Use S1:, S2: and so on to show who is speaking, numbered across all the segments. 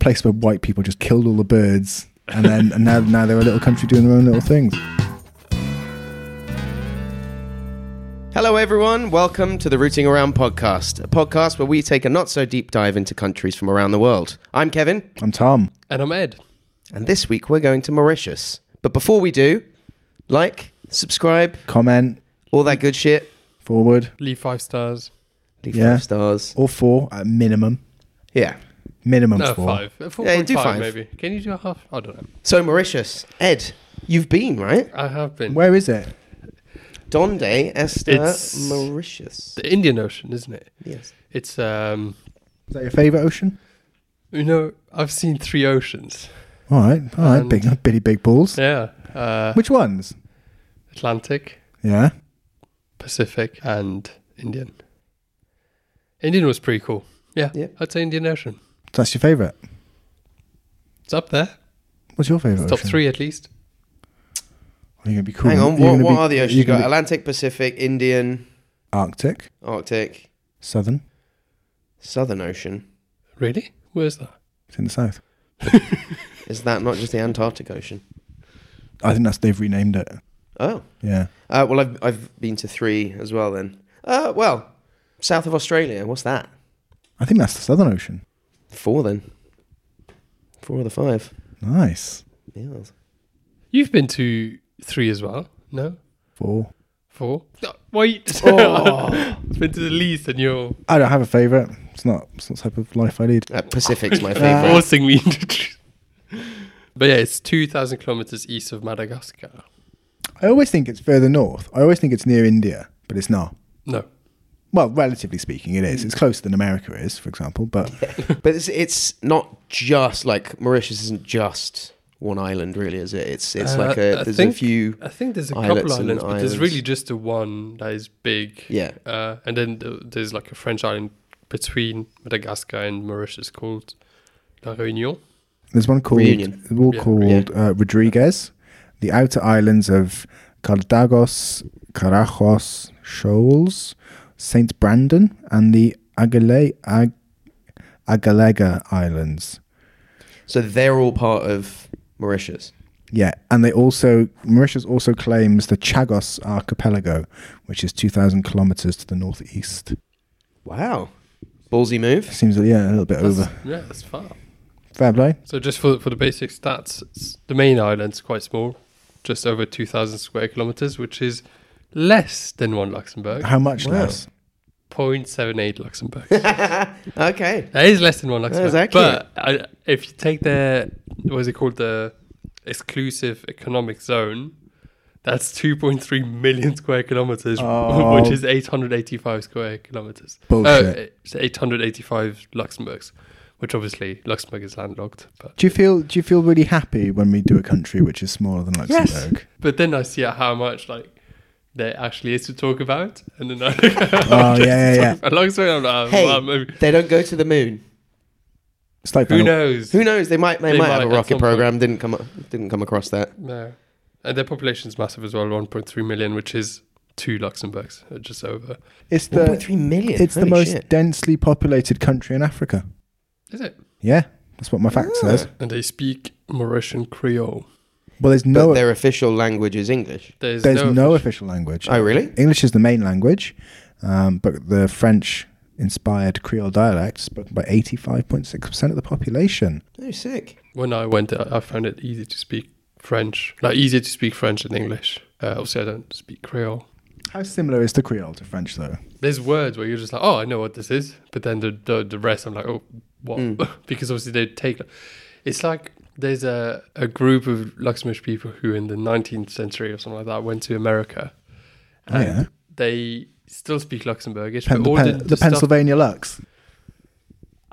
S1: place where white people just killed all the birds, and then and now now they're a little country doing their own little things.
S2: Hello, everyone. Welcome to the Rooting Around podcast, a podcast where we take a not so deep dive into countries from around the world. I'm Kevin,
S1: I'm Tom.
S3: And I'm Ed.
S2: and this week we're going to Mauritius. But before we do, like, subscribe,
S1: Comment
S2: all that good shit.
S1: forward
S3: Leave five stars.
S2: Leave
S1: Yeah.
S2: five stars.
S1: or four at minimum.
S2: Yeah.
S1: Minimum
S3: No,
S1: four.
S3: five. Uh,
S2: Yeah, you do
S3: 4.5
S2: five.
S3: maybe. Can you do a half? I don't know.
S2: So, Mauritius, Ed, you've been, right?
S3: I have been.
S1: Where is it?
S2: Donde
S3: It's-
S2: Esta Mauritius.
S3: The Indian Ocean, isn't it?
S2: Yes.
S3: It's, um,
S1: Is that your favourite ocean?
S3: you know, I've seen three oceans.
S1: All right, all right,
S3: And-
S1: big, bitty, big balls.
S3: Yeah. Uh,
S1: Which ones?
S3: Atlantic,
S1: Yeah,
S3: Pacific, and Indian. Indian was pretty cool. Yeah.
S2: Yeah.
S3: I'd say Indian Ocean.
S1: that's your favourite.
S3: It's up there.
S1: What's your favourite?
S3: Top
S1: ocean?
S3: three at least.
S1: Are you gonna be cool?
S2: Hang
S1: You're
S2: on. What,
S1: gonna
S2: what
S1: be-
S2: are the oceans?
S1: you're
S2: You've
S1: gonna
S2: got
S1: be
S2: Atlantic, Pacific, Indian,
S1: Arctic,
S2: Arctic,
S1: Southern.
S2: Southern Ocean.
S3: Really? Where's that?
S1: It's in the south.
S2: Is that not just the Antarctic Ocean?
S1: I think that's they've renamed it.
S2: Oh.
S1: Yeah.
S2: Uh, well, I've I've been to three as well. Then, uh, well, south of Australia. What's that?
S1: I think that's the Southern Ocean.
S2: Four then. Four of the five.
S1: Nice.
S2: Yes.
S3: You've been to three as well. No?
S1: Four.
S3: Four? No, wait.
S1: Oh.
S3: I've been to the least and you're
S1: I don't have a favourite. It's not, it's not the type of life I lead.
S2: Uh, Pacific's my
S1: Uh,
S2: favorite.
S3: forcing me into. but yeah, it's two thousand kilometers east of Madagascar.
S1: I always think it's further north. I always think it's near India, but it's not.
S3: No,
S1: Well, relatively speaking, it is. It's closer than America is, for example, but
S2: but it's it's not just like Mauritius isn't just one island, really, is it? It's it's
S3: Uh,
S2: like a
S3: I
S2: there's
S3: think-
S2: a few.
S3: I think there's a
S2: Islets
S3: couple
S2: and
S3: islands, but
S2: islands.
S3: there's really just the one that is big.
S2: Yeah.
S3: uh, and then th- there's like a French island between Madagascar and Mauritius called La Réunion.
S1: there's one called
S2: Reunion.
S1: one
S3: Yeah.
S1: called Uh, Rodriguez, the outer islands of Cardagos, Carajos Shoals, St. Brandon, and the Agale, Ag, Agalega Islands.
S2: So they're all part of Mauritius.
S1: Yeah, and they also Mauritius also claims the Chagos Archipelago, which is two thousand kilometers to the northeast.
S2: Wow, ballsy move.
S1: Seems yeah, a little bit
S3: That's-
S1: over.
S3: Yeah, that's far.
S1: Fair play.
S3: So just for for the basic stats, it's, the main island's quite small, just over two thousand square kilometers, which is less than one Luxembourg.
S1: How much
S2: Wow.
S1: less?
S3: 0.78 Luxembourg.
S2: Okay,
S3: That is less than one Luxembourg.
S2: That is accurate.
S3: but I, if you take the what is it called the exclusive economic zone, that's 2.3 million square kilometers,
S1: Oh.
S3: which is 885 square kilometers.
S1: Bullshit.
S3: Uh, it's 885 Luxembourgs, which obviously Luxembourg is landlocked. But
S1: Do you feel do you feel really happy when we do a country which is smaller than
S3: Yes.
S1: Luxembourg?
S3: but then I see how much like there actually is to talk about, and then I look at
S1: oh yeah, yeah, yeah.
S3: Luxembourg. I'm like,
S2: Hey.
S3: well, maybe-
S2: they don't go to the moon.
S1: It's like
S3: who
S1: Van-
S3: knows?
S2: Who knows? They might they,
S3: They
S2: might,
S3: might
S2: have a
S3: at
S2: rocket
S3: some point.
S2: program. Didn't come a- didn't come across that.
S3: No. And Uh, their population's massive as well, 1.3 million, which is two Luxembourgs, uh, just over.
S1: It's
S2: One point
S1: the
S2: three million.
S1: it's the
S2: Holy
S1: most
S2: shit.
S1: densely populated country in Africa.
S3: Is it?
S1: Yeah, that's what my fact
S2: Ah.
S1: says.
S3: And they speak Mauritian Creole.
S1: Well, there's
S2: but
S1: no
S2: their official language is English.
S3: There's,
S1: there's
S3: no,
S1: no, official language.
S2: Oh, really?
S1: English is the main language, um, but the French inspired Creole dialect spoken by 85.6% of the population.
S2: Oh, sick.
S3: When I went there, I found it easy to speak French. Like, easier to speak French than English. Uh, obviously, I don't speak Creole.
S1: How similar is the Creole to French, though?
S3: There's words where you're just like, oh, I know what this is. But then the, the, the rest, I'm like, oh, what?
S1: Hmm.
S3: because obviously they take... It's like there's a, a group of Luxembourg people who in the 19th century or something like that went to America.
S1: Oh, yeah.
S3: they still speak Luxembourgish,
S1: Pen-
S3: but
S1: the
S3: all
S1: pen-
S3: the,
S1: the
S3: the stuff,
S1: Pennsylvania Lux.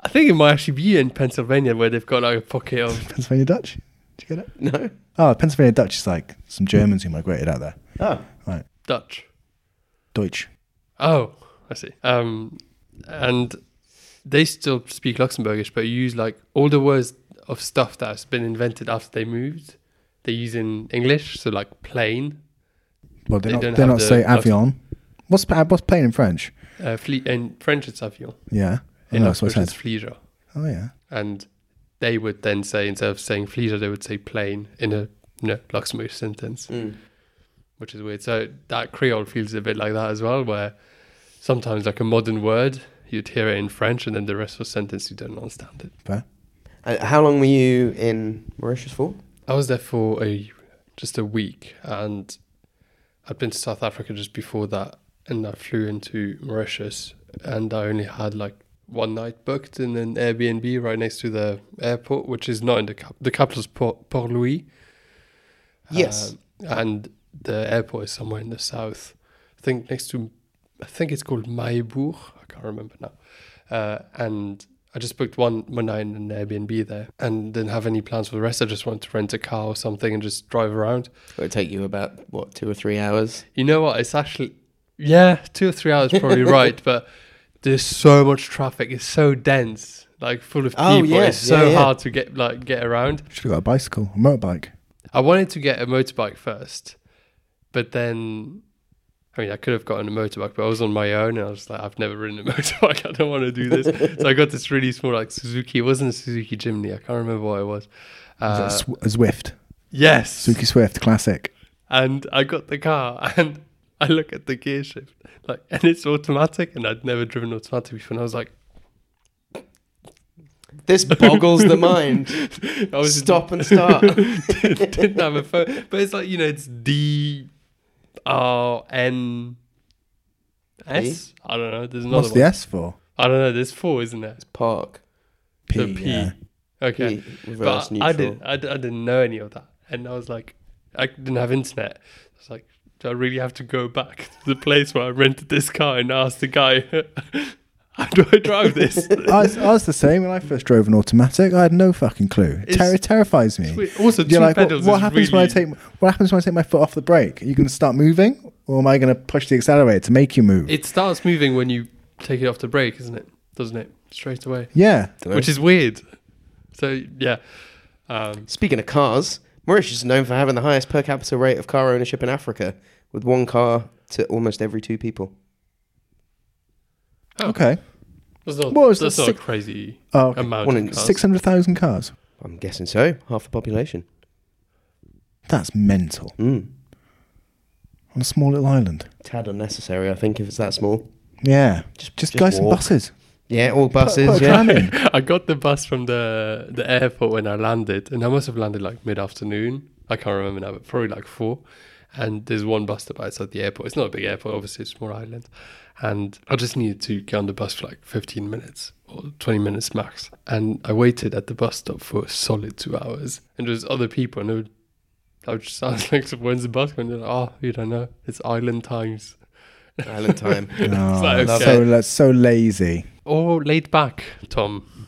S3: I think it might actually be in Pennsylvania where they've got like a pocket of.
S1: Pennsylvania Dutch? Did you get it?
S2: No.
S1: Oh, Pennsylvania Dutch is like some Germans who migrated out there.
S2: Oh.
S1: Right.
S3: Dutch.
S1: Deutsch.
S3: Oh, I see. Um, and they still speak Luxembourgish, but use like all the words of stuff that's been invented after they moved. They use in English, so like plane,
S1: Well, they're
S3: They
S1: not,
S3: don't
S1: they're
S3: have
S1: not
S3: the
S1: say
S3: Lux-
S1: avion. What's, pa- what's plain in French?
S3: uh, fleet, in French it's avion,
S1: Yeah. I
S3: in
S1: know, Oh, that's what I
S3: Luxembourg it's
S1: said.
S3: flieger,
S1: Oh, yeah.
S3: and they would then say instead of saying Flita, they would say plain in a you know, Luxembourg sentence,
S2: Mm.
S3: which is weird. So that Creole feels a bit like that as well, where sometimes like a modern word you'd hear it in French, and then the rest of the sentence you don't understand it.
S1: Fair.
S2: Uh, how long were you in Mauritius for?
S3: I was there for a just a week, and I'd been to South Africa just before that, and I flew into Mauritius, and I only had like one night booked in an Airbnb right next to the airport, which is not in the cap- the capital is Port, Port Louis.
S2: Yes.
S3: Um, and the airport is somewhere in the south. I think next to, I think it's called Maibur. I can't remember now. Uh, and I just booked one one night in an Airbnb there, and didn't have any plans for the rest. I just wanted to rent a car or something and just drive around.
S2: It would take you about what two or three hours.
S3: You know what? It's actually, yeah, two or three hours probably right, but there's so much traffic. It's so dense, like full of people.
S2: Oh, yeah,
S3: it's so
S2: yeah, yeah.
S3: hard to get like get around.
S1: Should have got a bicycle, a motorbike.
S3: I wanted to get a motorbike first, but then, I mean, I could have gotten a motorbike, but I was on my own and I was like, I've never ridden a motorbike. I don't want to do this. so I got this really small, like Suzuki. It wasn't a Suzuki Jimny. I can't remember what it was.
S1: Is
S3: Uh,
S1: that Sw- a Zwift,
S3: yes.
S1: Suzuki Swift, classic.
S3: And I got the car and I look at the gear shift, like, and it's automatic. And I'd never driven automatic before. And I was like,
S2: This boggles the mind.
S3: I was
S2: Stop and start.
S3: didn't have a phone. But it's like, you know, it's D R N S. I don't know. There's another
S1: What's
S3: one.
S1: the S for?
S3: I don't know. There's four, isn't there?
S2: Park.
S1: P.
S3: The P.
S1: yeah.
S3: Okay.
S2: P, reverse
S3: But
S2: neutral.
S3: I didn't, I, d- I didn't know any of that. And I was like, I didn't have internet. I was like, do I really have to go back to the place where I rented this car and ask the guy, how do I drive this?
S1: I, was, I was the same when I first drove an automatic. I had no fucking clue. It
S3: It's-
S1: terri terrifies me.
S3: also, two
S1: You're like, what,
S3: pedals.
S1: what
S3: is
S1: happens when I
S3: really-
S1: take what happens when I take my foot off the brake? Are you going to start moving, or am I going to push the accelerator to make you move?
S3: It starts moving when you take it off the brake, isn't it? Doesn't it? Straight away.
S1: yeah,
S2: Dunno.
S3: which is weird. So yeah, um,
S2: Speaking of cars, Mauritius is known for having the highest per capita rate of car ownership in Africa, with one car to almost every two people.
S1: okay.
S3: oh, that's not,
S1: What was
S3: that's
S1: the
S3: not
S1: six-
S3: a crazy
S1: Oh, okay.
S3: amount.
S2: One
S3: of
S2: in
S3: cars.
S1: six hundred thousand cars.
S2: I'm guessing so. Half the population.
S1: That's mental
S2: Mm.
S1: on a small little island.
S2: Tad unnecessary, I think, if it's that small.
S1: Yeah,
S2: Just-
S1: just,
S2: just
S1: guys and
S2: walk.
S1: buses.
S2: Yeah, all buses.
S1: put a
S2: yeah.
S1: tram in.
S3: I got the bus from the the airport when I landed, and I must have landed like mid afternoon. I can't remember now, but probably like four. And there's one bus stop outside the airport. It's not a big airport, obviously, it's a small island. And I just needed to get on the bus for like 15 minutes or 20 minutes max. And I waited at the bus stop for a solid two hours. And there was other people, and it would, I would just ask, like, when's the bus going? They're like, oh, you don't know. It's island times.
S2: Island time.
S1: Oh,
S3: like,
S1: that's
S3: okay.
S1: so that's so lazy.
S3: Or laid back, Tom.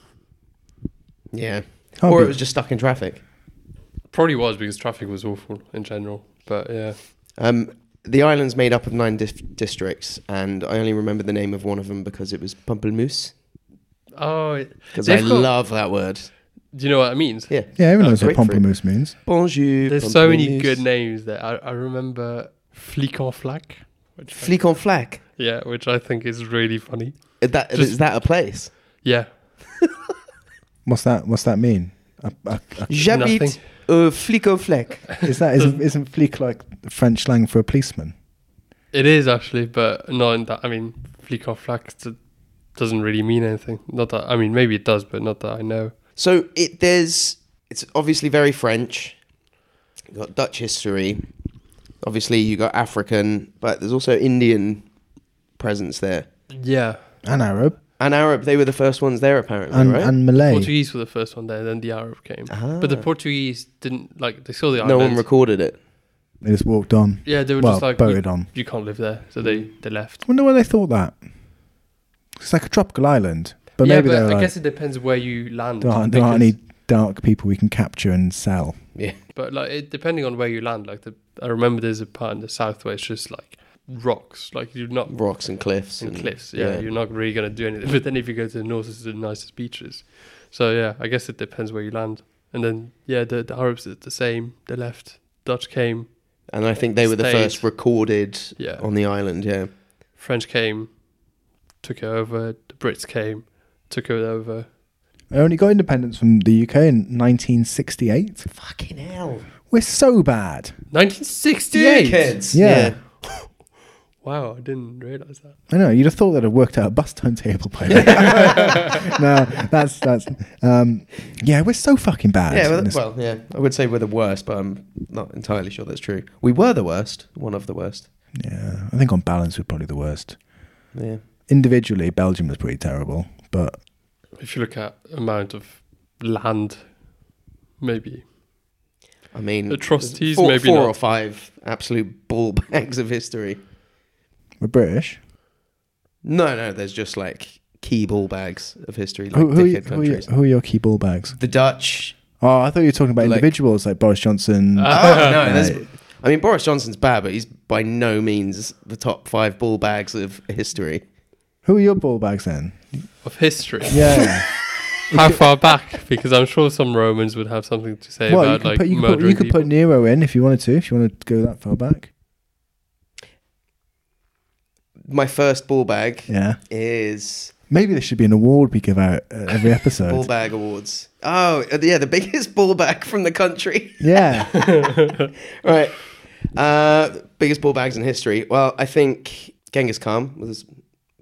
S2: Yeah.
S3: Oh,
S1: Can't
S2: or
S1: be-
S2: it was just stuck in traffic.
S3: Probably was because traffic was awful in general. But yeah.
S2: Um, the island's made up of nine dif- districts, and I only remember the name of one of them because it was Pamplemousse.
S3: Oh, it-
S2: Because I
S3: They've got-
S2: love that word.
S3: do you know what that means?
S2: Yeah.
S1: yeah, everyone knows what
S2: grapefruit.
S1: pamplemousse means.
S2: Bonjour.
S3: There's so many
S2: Pamplemousse.
S3: good names there. I, I remember Flic en Flac. Which I-
S2: Flic en flac.
S3: yeah, which I think is really funny.
S2: Is that,
S3: Just-
S2: is that a place?
S3: Yeah.
S1: What's that? What's that mean? A, a,
S2: J'habite
S3: Nothing.
S2: uh, flic en flac.
S1: a, is that isn't isn't fleek like French slang for a policeman?
S3: It is actually, but not in that. I mean, Flic en Flac d- doesn't really mean anything. Not that, I mean, maybe it does, but not that I know.
S2: So it there's it's obviously very French. You've got Dutch history. Obviously you got African, but there's also Indian presence there.
S3: Yeah.
S1: An Arab
S2: And Arab, they were the first ones there apparently,
S1: and,
S2: right?
S1: and Malay.
S3: Portuguese were the first one there, then the Arab came.
S2: Ah.
S3: But the Portuguese didn't, like, they saw the
S2: no
S3: island.
S2: one recorded it.
S1: They just walked on.
S3: yeah, they were
S1: well,
S3: just like,
S1: boated
S3: you,
S1: on.
S3: you can't live there. So they, they left.
S1: wonder why they thought that. It's like a tropical island, but
S3: yeah,
S1: maybe
S3: but
S1: they're
S3: I
S1: like,
S3: guess it depends where you land.
S1: there aren't, there aren't
S3: because-
S1: any dark people we can capture and sell.
S2: Yeah.
S3: But like, it, depending on where you land, like the, I remember there's a part in the south where it's just like rocks, like you're not
S2: Rocks and cliffs.
S3: in cliffs. Yeah, you're not really gonna do anything. But then if you go to the north, it's the nicest beaches. So yeah, I guess it depends where you land. And then yeah, the, the Arabs did the same. They left. Dutch came.
S2: And I think they were the
S3: Stayed.
S2: first recorded
S3: Yeah.
S2: on the island, yeah.
S3: French came, took it over. The Brits came, took it over.
S1: I only got independence from the UK in 1968.
S2: Fucking hell.
S1: We're so bad.
S3: 1968.
S2: kids.
S1: Yeah.
S3: Wow, I didn't realize that.
S1: I know. You'd have thought that I'd worked out a bus timetable by now. no, that's that's. Um, yeah, we're so fucking bad.
S2: Yeah,
S1: in
S2: well,
S1: this-
S2: well, yeah. I would say we're the worst, but I'm not entirely sure that's true. We were the worst, one of the worst.
S1: yeah. I think on balance, we're probably the worst.
S2: Yeah.
S1: Individually, Belgium was pretty terrible, but
S3: If you look at amount of land, maybe
S2: I mean,
S3: Atrocities,
S2: four,
S3: maybe
S2: four
S3: not.
S2: or five absolute ball bags of history.
S1: we're British.
S2: No, no, there's just like key ball bags of history, like
S1: Who, who, are you-
S2: dickhead
S1: who, are you-
S2: countries.
S1: who are your key ball bags?
S2: The Dutch.
S1: Oh, I thought you were talking about
S2: Like-
S1: individuals like Boris Johnson.
S3: Uh,
S2: Oh, no, there's.
S1: Right.
S2: I mean, Boris Johnson's bad, but he's by no means the top five ball bags of history.
S1: who are your ball bags then?
S3: of history.
S1: Yeah.
S3: How far back? Because I'm sure some Romans would have something to say
S1: well, you
S3: about
S1: could,
S3: like
S1: put, you, could put,
S3: murdering
S1: you could
S3: people.
S1: put Nero in if you wanted to, if you wanted to go that far back.
S2: My first ball bag
S1: Yeah.
S2: is
S1: Maybe there should be an award we give out uh, every
S2: ball
S1: episode.
S2: bag awards. Oh, yeah, the biggest ball bag from the country.
S1: yeah.
S2: right. Uh, biggest ball bags in history. Well, I think Genghis Khan was a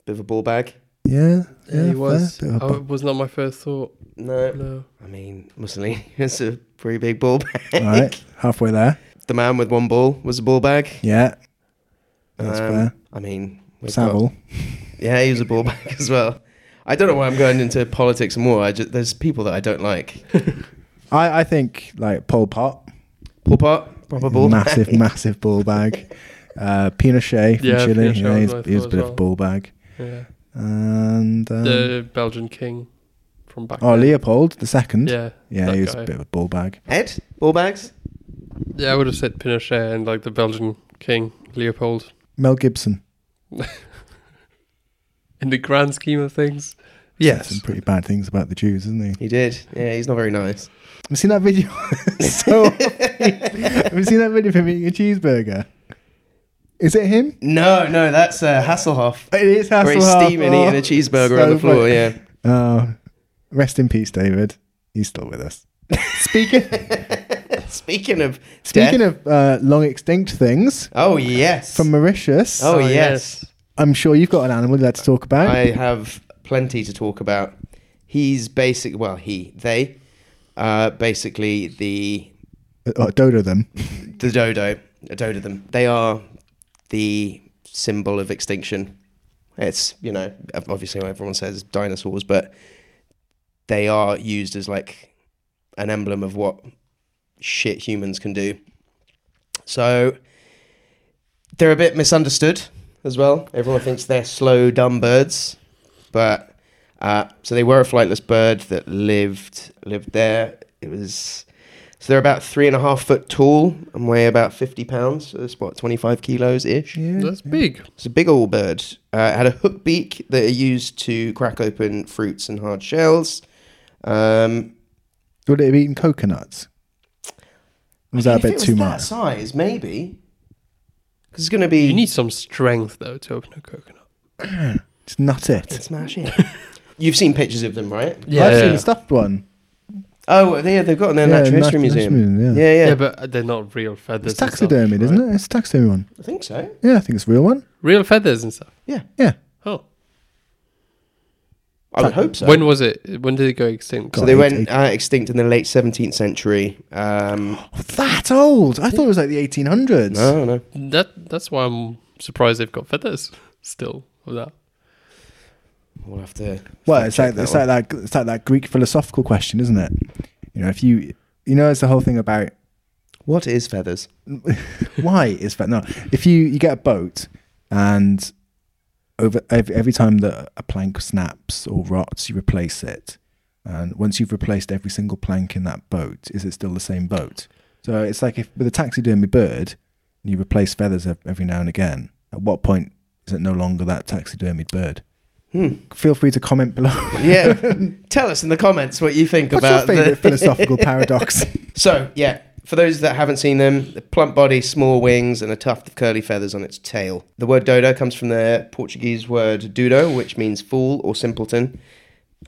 S2: bit of a ball bag.
S1: Yeah.
S3: Yeah,
S1: yeah,
S3: he was.
S1: fair. Bit of a
S3: Oh,
S1: bu-
S3: it was not my first thought.
S2: No,
S3: No.
S2: I mean Mussolini is a pretty big ball bag.
S1: All right. Halfway there.
S2: The man with one ball was a ball bag.
S1: Yeah. That's
S2: Um,
S1: fair.
S2: I mean, we've
S1: Savile.
S2: got- yeah, he was a ball bag as well. I don't know why I'm going into politics more. I just, there's people that I don't like.
S1: I, I think like Pol Pot.
S2: Pol Pot, proper ball
S1: massive,
S2: bag.
S1: massive ball bag. Uh, Pinochet from
S3: Yeah,
S1: Chile.
S3: Pinochet
S1: yeah,
S3: was
S1: he's, he was a
S3: my thought
S1: bit
S3: as
S1: of a
S3: well.
S1: ball bag.
S3: Yeah.
S1: And um,
S3: the Belgian king from back.
S1: oh,
S3: then.
S1: Leopold the second.
S3: Yeah.
S1: yeah,
S3: that
S1: he was
S3: guy.
S1: a bit of a ball bag.
S2: Ed, ball bags.
S3: Yeah, I would have said Pinochet and like the Belgian king Leopold.
S1: Mel Gibson.
S3: In the grand scheme of things,
S1: Said some pretty bad things about the Jews, isn't he?
S2: He did. Yeah, he's not very nice.
S1: Have you seen that video? so have you seen that video of him eating a cheeseburger? Is it him?
S2: No, no, that's uh, Hasselhoff.
S1: It is
S2: Where he's
S1: Hasselhoff.
S2: steaming,
S1: Oh,
S2: eating a cheeseburger
S1: so
S2: on the floor.
S1: funny.
S2: Yeah.
S1: Oh, rest in peace, David. He's still with us. Speaking
S2: Speaking of
S1: speaking
S2: death-
S1: of uh, long extinct things
S2: oh yes,
S1: from Mauritius,
S2: oh,
S3: Oh,
S2: yes.
S1: I'm sure you've got an animal you'd like to talk about.
S2: I have plenty to talk about. He's basic. Well, he they, uh, basically the
S1: oh, dodo them.
S2: the dodo, a dodo them. They are the symbol of extinction. It's you know obviously what everyone says dinosaurs, but they are used as like an emblem of what shit humans can do. So they're a bit misunderstood as well. Everyone thinks they're slow, dumb birds, but uh, so they were a flightless bird that lived lived there. It was so they're about three and a half foot tall and weigh about fifty pounds. So that's what twenty five kilos ish.
S1: Yeah.
S3: that's big.
S2: It's a big old bird. Uh, it had a hook beak that are used to crack open fruits and hard shells. Um,
S1: Would it have eaten coconuts? Or was that a
S2: if it
S1: bit too
S2: that
S1: much?
S2: size, maybe. Because it's going to be
S3: You need some strength though to open a coconut.
S1: It's not it.
S2: smash it. You've seen pictures of them, right?
S1: I've seen a stuffed one.
S2: Oh, yeah, they've got in their
S1: Yeah,
S2: natural history
S1: Natural
S2: museum.
S1: History Museum,
S2: yeah.
S1: yeah.
S2: Yeah,
S3: Yeah, but uh, they're not real feathers.
S1: It's taxidermied, isn't it? It's a taxidermy one.
S2: I think so.
S1: Yeah, I think it's a real one.
S3: Real feathers and stuff.
S2: Yeah,
S1: Yeah.
S3: Oh,
S2: I would hope so.
S3: when was it? When did it go extinct?
S1: God.
S2: so they
S1: Got
S2: went
S1: eight-
S2: uh, extinct in the late 17th century. Um,
S1: Oh, That old? I thought it was like the 1800s.
S2: no, no.
S3: That that's why I'm surprised they've got feathers still of that.
S2: We'll have to.
S1: Well,
S2: fact
S1: it's like
S2: check that
S1: it's
S2: one.
S1: like that it's like that Greek philosophical question, isn't it? You know, if you you know, it's the whole thing about
S2: What is feathers?
S1: why is that no? If you you get a boat and over every, every time that a plank snaps or rots, you replace it, and once you've replaced every single plank in that boat, is it still the same boat? So it's like if with a taxidermy bird, you replace feathers ev- every now and again. At what point is it no longer that taxidermied bird?
S2: Hmm.
S1: Feel free to comment below.
S2: Yeah. Tell us in the comments what you think
S1: What's your
S2: about
S1: favourite
S2: the.
S1: philosophical paradox?
S2: So, yeah, for those that haven't seen them, the plump body, small wings, and a tuft of curly feathers on its tail. The word dodo comes from the Portuguese word dudo, which means fool or simpleton.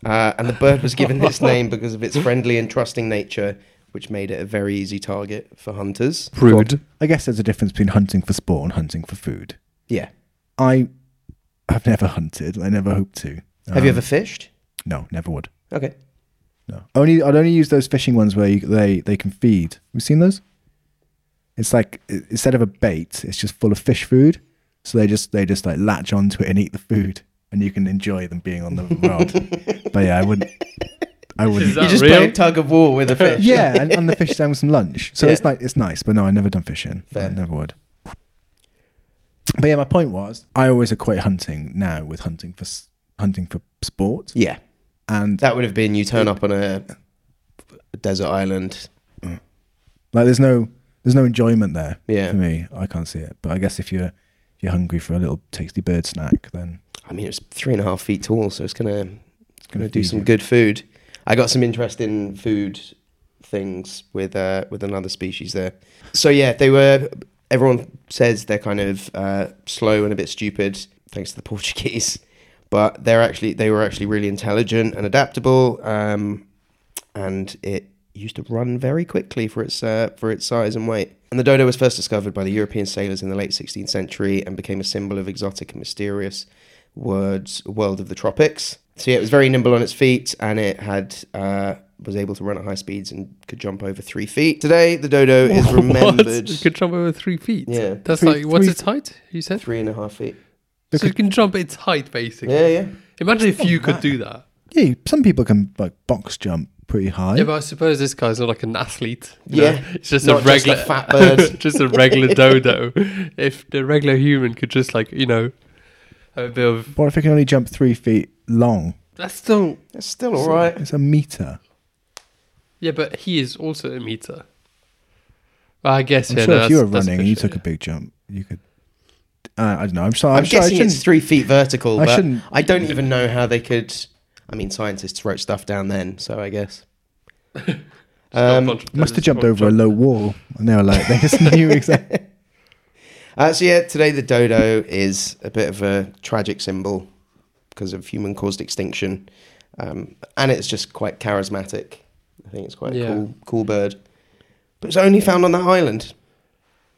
S2: Uh, and the bird was given this name because of its friendly and trusting nature, which made it a very easy target for hunters.
S1: Rude. I guess there's a difference between hunting for sport and hunting for food.
S2: Yeah.
S1: I have never hunted. I never hope to. Um,
S2: Have
S3: Um,
S2: you ever fished?
S1: No, never would.
S2: Okay.
S1: No. Only I'd only use those fishing ones where you, they they can feed. Have you seen those? It's like i- instead of a bait, it's just full of fish food. So they just they just like latch onto it and eat the food, and you can enjoy them being on the rod. but yeah, I wouldn't. I wouldn't.
S3: that
S2: you just
S3: real?
S2: play tug of war with a fish.
S1: yeah, and, and the fish down with some lunch. So
S2: Yeah.
S1: it's like it's nice, but no, I never done fishing. I
S2: Fair.
S1: never would. But yeah, my point was, I always equate hunting now with hunting for s- hunting for sport,
S2: Yeah.
S1: and
S2: That would have been you turn up on a desert island.
S1: like there's no there's no enjoyment there
S2: Yeah.
S1: for me. I can't see it, but I guess if you're if you're hungry for a little tasty bird snack, then
S2: I mean, it's three and a half feet tall, so it's gonna
S1: it's
S2: gonna
S1: gonna
S2: do
S1: feed
S2: some
S1: you.
S2: good food. I got some interesting food things with uh, with another species there. So yeah, they were. Everyone says they're kind of uh, slow and a bit stupid, thanks to the Portuguese, but they're actually they were actually really intelligent and adaptable, um, and it used to run very quickly for its uh, for its size and weight. And the dodo was first discovered by the European sailors in the late 16th century and became a symbol of exotic and mysterious words world of the tropics. So yeah, it was very nimble on its feet, and it had uh, was able to run at high speeds and could jump over three feet. Today, the dodo is remembered
S3: It could jump over three feet.
S2: Yeah.
S3: That's
S1: Three-
S3: like, what's
S1: three-
S3: its height? You said?
S2: three and a half feet.
S1: They
S3: So it can jump its height, basically.
S2: Yeah, yeah.
S3: Imagine if you could do that.
S1: Yeah, some people can like box jump pretty high.
S3: Yeah, but I suppose this guy's not like an athlete. you
S2: Yeah.
S3: know? It's just
S2: Not
S3: a
S2: just a
S3: regular
S2: fat bird.
S3: just a regular dodo. If the regular human could just like, you know, have a bit of
S1: what if it can only jump three feet long?
S3: that's still
S2: That's still all right.
S1: It's a meter.
S3: Yeah, but he is also a meter. Well, I guess
S1: I'm
S3: yeah,
S1: sure
S3: no,
S1: if you were
S3: that's- that's
S1: running and you
S3: bullshit,
S1: took a
S3: yeah.
S1: big jump, you could. Uh, I don't know. I'm sorry. I'm,
S2: I'm,
S1: sure I
S2: guessing
S1: shouldn't.
S2: it's three feet vertical,
S1: I
S2: but
S1: shouldn't-
S2: I don't even know how they could. I mean, scientists wrote stuff down then, so I guess.
S3: Not a
S2: Um,
S3: bunch of
S1: Must have
S3: dodos,
S1: jumped
S3: one
S1: over a
S3: jump.
S1: low wall, and they were like, they just knew exactly.
S2: Uh, so yeah, today the dodo is a bit of a tragic symbol because of human-caused extinction, um, and it's just quite charismatic. I think it's quite a
S3: Yeah.
S2: cool, cool bird, but it's only found on that island,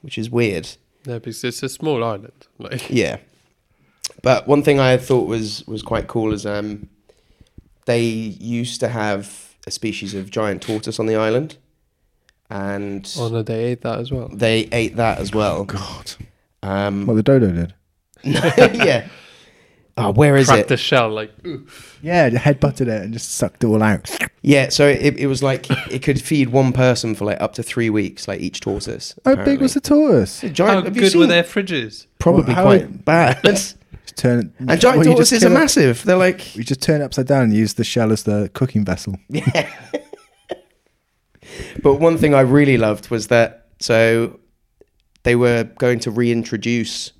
S2: which is weird.
S3: No, because it's a small island. Like
S2: Yeah, but one thing I thought was was quite cool is um, they used to have a species of giant tortoise on the island, and
S3: Oh no, they ate that as well.
S2: they ate that as well.
S1: God,
S2: Um,
S1: what the dodo did?
S2: yeah. Oh, where is
S3: Cracked
S2: it?
S3: the shell, like ooh.
S1: Yeah, it head butted it and just sucked it all out.
S2: Yeah, so it, it was like it could feed one person for like up to three weeks, like each tortoise.
S1: How big was the tortoise?
S2: the
S3: How
S2: giant? have you
S3: good were
S2: seen-
S3: their fridges?
S2: Probably
S1: How-
S2: quite bad.
S1: Just turn it.
S2: and giant
S1: well, you just
S2: tortoises are
S1: kill it-
S2: massive. They're like
S1: You just turn it upside down and use the shell as the cooking vessel.
S2: But one thing I really loved was that so they were going to reintroduce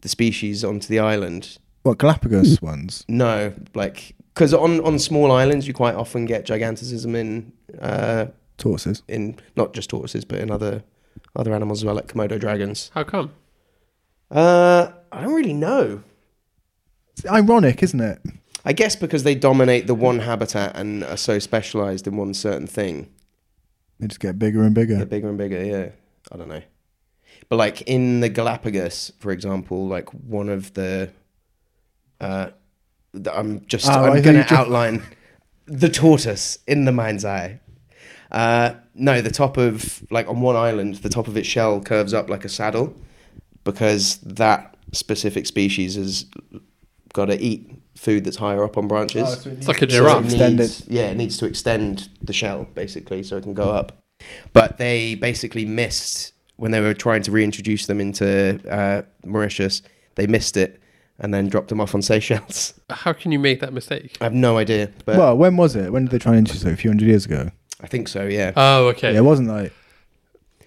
S2: the species onto the island.
S1: What Galapagos
S2: Hmm.
S1: ones?
S2: No, like because on on small islands you quite often get gigantism in uh,
S1: Tortoises.
S2: in not just tortoises but in other other animals as well, like Komodo dragons.
S3: How come?
S2: Uh, I don't really know.
S1: It's ironic, isn't it?
S2: I guess because they dominate the one habitat and are so specialized in one certain thing.
S1: They just get bigger and bigger.
S2: They're bigger and bigger, yeah. I don't know. But like in the Galapagos, for example, like one of the uh th- I'm just
S1: Oh, I
S2: I'm
S1: thought
S2: gonna
S1: you just-
S2: outline the tortoise in the mind's eye. Uh no, the top of like on one island, the top of its shell curves up like a saddle because that specific species has gotta eat food that's higher up on branches.
S3: Oh,
S1: Oh,
S3: It's like a
S2: So
S3: giraffe.
S1: Extend
S2: it needs, yeah, it needs to extend the shell basically so it can go up. But they basically missed when they were trying to reintroduce them into uh, Mauritius. They missed it and then dropped them off on Seychelles.
S3: How can you make that mistake?
S2: I have no idea, but
S1: Well, when was it? When did they try and introduce it? A few hundred years ago.
S2: I think so. Yeah.
S3: Oh,
S1: Yeah,
S3: okay.
S1: it wasn't like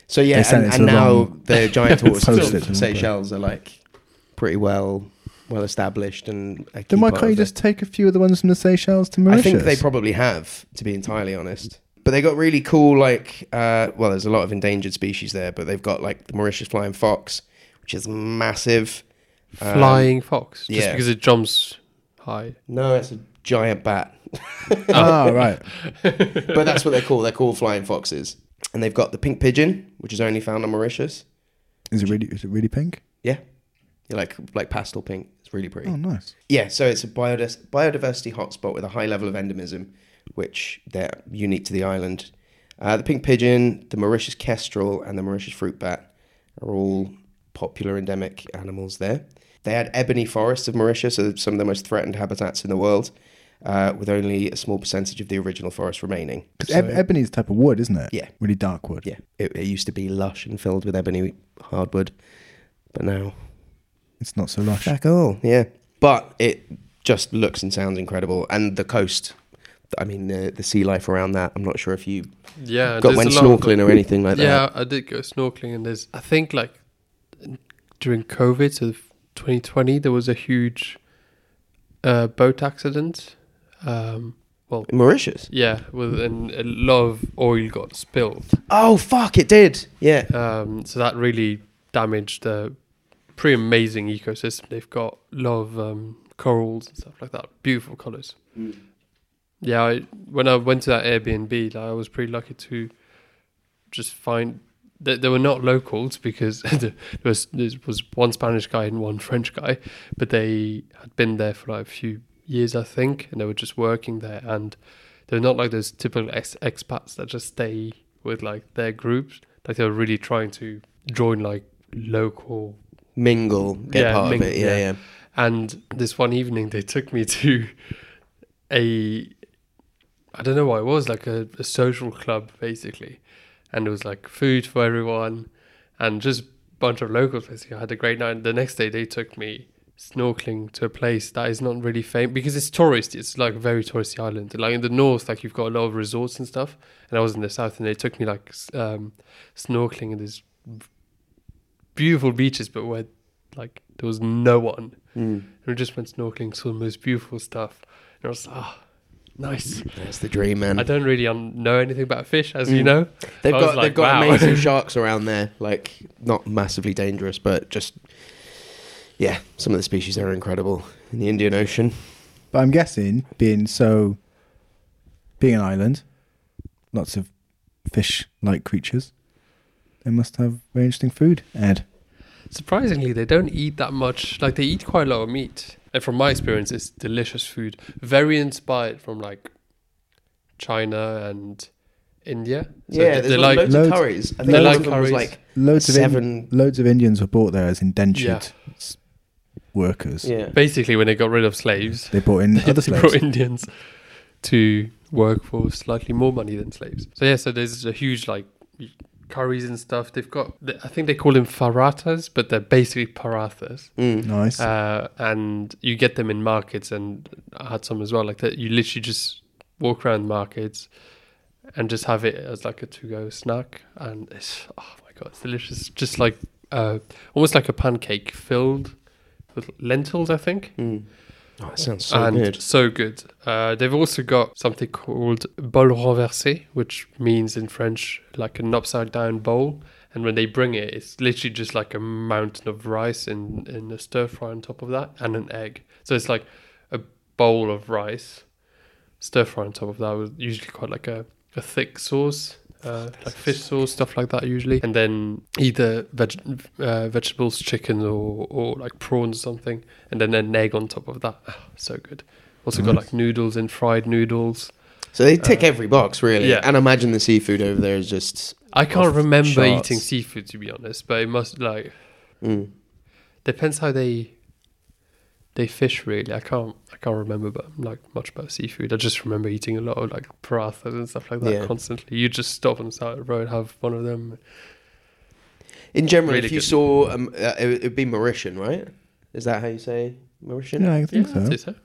S2: so
S1: they
S2: yeah,
S1: sent
S2: and,
S1: it to
S2: and
S1: the
S2: now
S1: wrong-
S2: the giant tortoises
S1: Posted it to
S2: of
S1: the
S2: Seychelles are like pretty well well established and. a key
S1: Then why
S2: part
S1: can't you
S2: of it.
S1: just take a few of the ones from the Seychelles to
S2: I
S1: Mauritius?
S2: think they probably have, to be entirely honest. But they got really cool, like, uh, well, there's a lot of endangered species there, but they've got like the Mauritius flying fox, which is massive. Um,
S3: Flying fox. Just
S2: yeah.
S3: because it jumps high.
S2: no, it's a giant bat.
S1: Ah, right.
S2: but that's what they're called. They're called flying foxes. And they've got the pink pigeon, which is only found on Mauritius.
S1: Is it really? Is it really pink?
S2: Yeah. You're like like pastel pink. It's really pretty.
S1: Oh, nice.
S2: Yeah, so it's a biodis- biodiversity hotspot with a high level of endemism, which they're unique to the island. Uh, the pink pigeon, the Mauritius kestrel, and the Mauritius fruit bat are all popular endemic animals there. They had ebony forests of Mauritius, so some of the most threatened habitats in the world, uh, with only a small percentage of the original forest remaining.
S1: Because eb- ebony is a type of wood, isn't it?
S2: Yeah.
S1: Really dark wood.
S2: Yeah, it, it used to be lush and filled with ebony hardwood, but now
S1: It's not so lush.
S2: Back all, yeah. But it just looks and sounds incredible, and the coast. I mean, the, the sea life around that. I'm not sure if you
S3: Yeah,
S2: got
S3: there's
S2: when
S3: a lot of-
S2: snorkeling or anything like
S3: yeah,
S2: that.
S3: I did go snorkeling, and there's I think like during COVID, so 2020, there was a huge uh, boat accident. Um, well,
S2: In Mauritius.
S3: yeah, with and a lot of oil got spilled,
S2: Oh fuck! It did. Yeah.
S3: um, so that really damaged the pretty amazing ecosystem. They've got a lot of um, corals and stuff like that. Beautiful colors. Yeah, I, when I went to that Airbnb, like, I was pretty lucky to just find that they were not locals because there was there was one Spanish guy and one French guy, but they had been there for like a few years, I think, and they were just working there. And they're not like those typical ex- expats that just stay with like their groups. Like they were really trying to join like local
S2: Mingle. Get
S3: Yeah,
S2: part
S3: mingle,
S2: of it. Yeah,
S3: yeah.
S2: yeah.
S3: and this one evening, they took me to a, I don't know what it was, like a, a social club basically. And it was like food for everyone and just a bunch of locals. Basically, I had a great night. The next day, they took me snorkeling to a place that is not really famous because it's touristy. It's like a very touristy island. Like in the north, like you've got a lot of resorts and stuff. And I was in the south and they took me like s- um, snorkeling in this beautiful beaches, but where like there was no one.
S2: Mm.
S3: And we just went snorkeling, saw the most beautiful stuff. And I was like, ah, nice.
S2: That's the dream, man.
S3: I don't really un- know anything about fish, as
S2: Mm.
S3: you know.
S2: They've
S3: I was
S2: got
S3: like,
S2: they've got
S3: wow.
S2: amazing sharks around there. Like not massively dangerous, but just yeah, some of the species there are incredible in the Indian Ocean.
S1: But I'm guessing being so, being an island, lots of fish-like creatures, they must have very interesting food. Ed,
S3: Surprisingly, they don't eat that much. Like they eat quite a lot of meat, and from my experience, it's delicious food. Very inspired from like China and India. So
S2: yeah,
S3: they-
S2: there's
S3: they
S2: like,
S3: like
S2: loads
S1: Loads-
S2: of curries. I think
S3: they
S2: one
S3: like
S2: of them was
S3: curries.
S2: like
S1: loads of Ind-
S2: seven
S1: loads of Indians were brought there as indentured s- workers.
S2: Yeah.
S3: basically when they got rid of slaves,
S1: They brought in
S3: they
S1: other slaves.
S3: brought Indians to work for slightly more money than slaves. So yeah, so there's a huge like curries and stuff. They've got, I think they call them faratas, but they're basically parathas.
S1: nice.
S3: uh, and you get them in markets and I had some as well like that you literally just walk around markets and just have it as like a to-go snack and it's oh my god it's delicious just like uh, almost like a pancake filled with lentils I think
S2: Oh, that sounds so
S3: and
S2: good.
S3: so good uh, they've also got something called bol renversé which means in French like an upside down bowl and when they bring it it's literally just like a mountain of rice and, and a stir fry on top of that and an egg so it's like a bowl of rice stir fry on top of that with usually quite like a, a thick sauce uh, like fish sauce stuff like that usually and then either veg- uh, vegetables chicken or, or like prawns or something and then an egg on top of that Ah, so good also got like noodles and fried noodles
S2: So they tick every box, really.
S3: yeah.
S2: And I imagine the seafood over there is just.
S3: I can't
S2: off
S3: remember
S2: charts.
S3: eating seafood to be honest, but it must like
S2: Mm.
S3: depends how they they fish really. I can't I can't remember but like much about seafood. I just remember eating a lot of like parathas and stuff like that
S2: Yeah.
S3: constantly. You just stop on the side of the road, have one of them.
S2: In general,
S3: Really
S2: if you
S3: good.
S2: saw, um, uh, it would- it would be Mauritian, right? Is that how you say Mauritian?
S1: yeah, I think
S3: Yeah, I'd
S1: so.
S3: say so.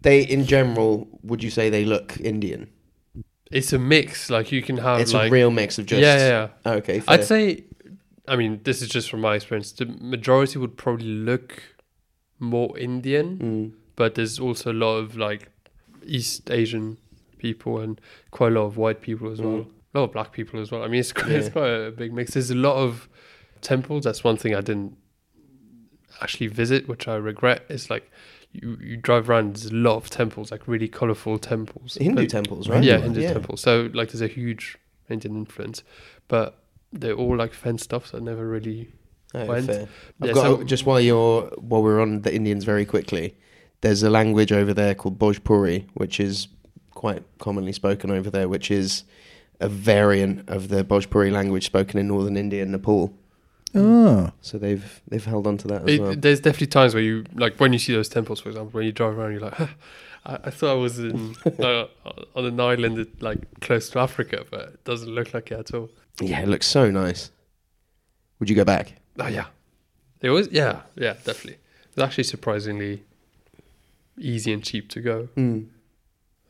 S2: They, in general, would you say they look Indian?
S3: It's a mix. Like you can have
S2: it's
S3: Um, like
S2: a real mix of just.
S3: yeah, yeah, yeah.
S2: Okay. Fair.
S3: I'd say, I mean, this is just from my experience. The majority would probably look more Indian,
S2: Mm.
S3: but there's also a lot of like East Asian people and quite a lot of white people as well. A lot of black people as well. I mean, it's quite, it's
S2: Mm. Yeah.
S3: quite a big mix. There's a lot of temples. That's one thing I didn't actually visit, which I regret. Is like you, you drive around. There's a lot of temples, like really colorful temples.
S2: Hindu
S3: But-
S2: temples, right?
S3: Yeah,
S1: Right.
S3: Hindu temples. So like, there's a huge Indian influence, but they're all like fenced off. So I never really.
S2: Oh,
S3: Went.
S2: fair. I've
S3: Yeah,
S2: got
S3: so-
S2: just while you're while we're on the Indians very quickly. There's a language over there called Bhojpuri, which is quite commonly spoken over there, which is a variant of the Bhojpuri language spoken in northern India and Nepal.
S1: Oh,
S2: So they've they've held on to that as
S3: It,
S2: well.
S3: There's definitely times where you like when you see those temples, for example, when you drive around, you're like, "Huh, I, I thought I was in uh, on an island that, like close to Africa, but it doesn't look like it at all.
S2: Yeah, it looks so nice. Would you go back?
S3: Oh yeah, it was. Yeah, yeah, definitely. It's actually surprisingly easy and cheap to go.
S2: Mm.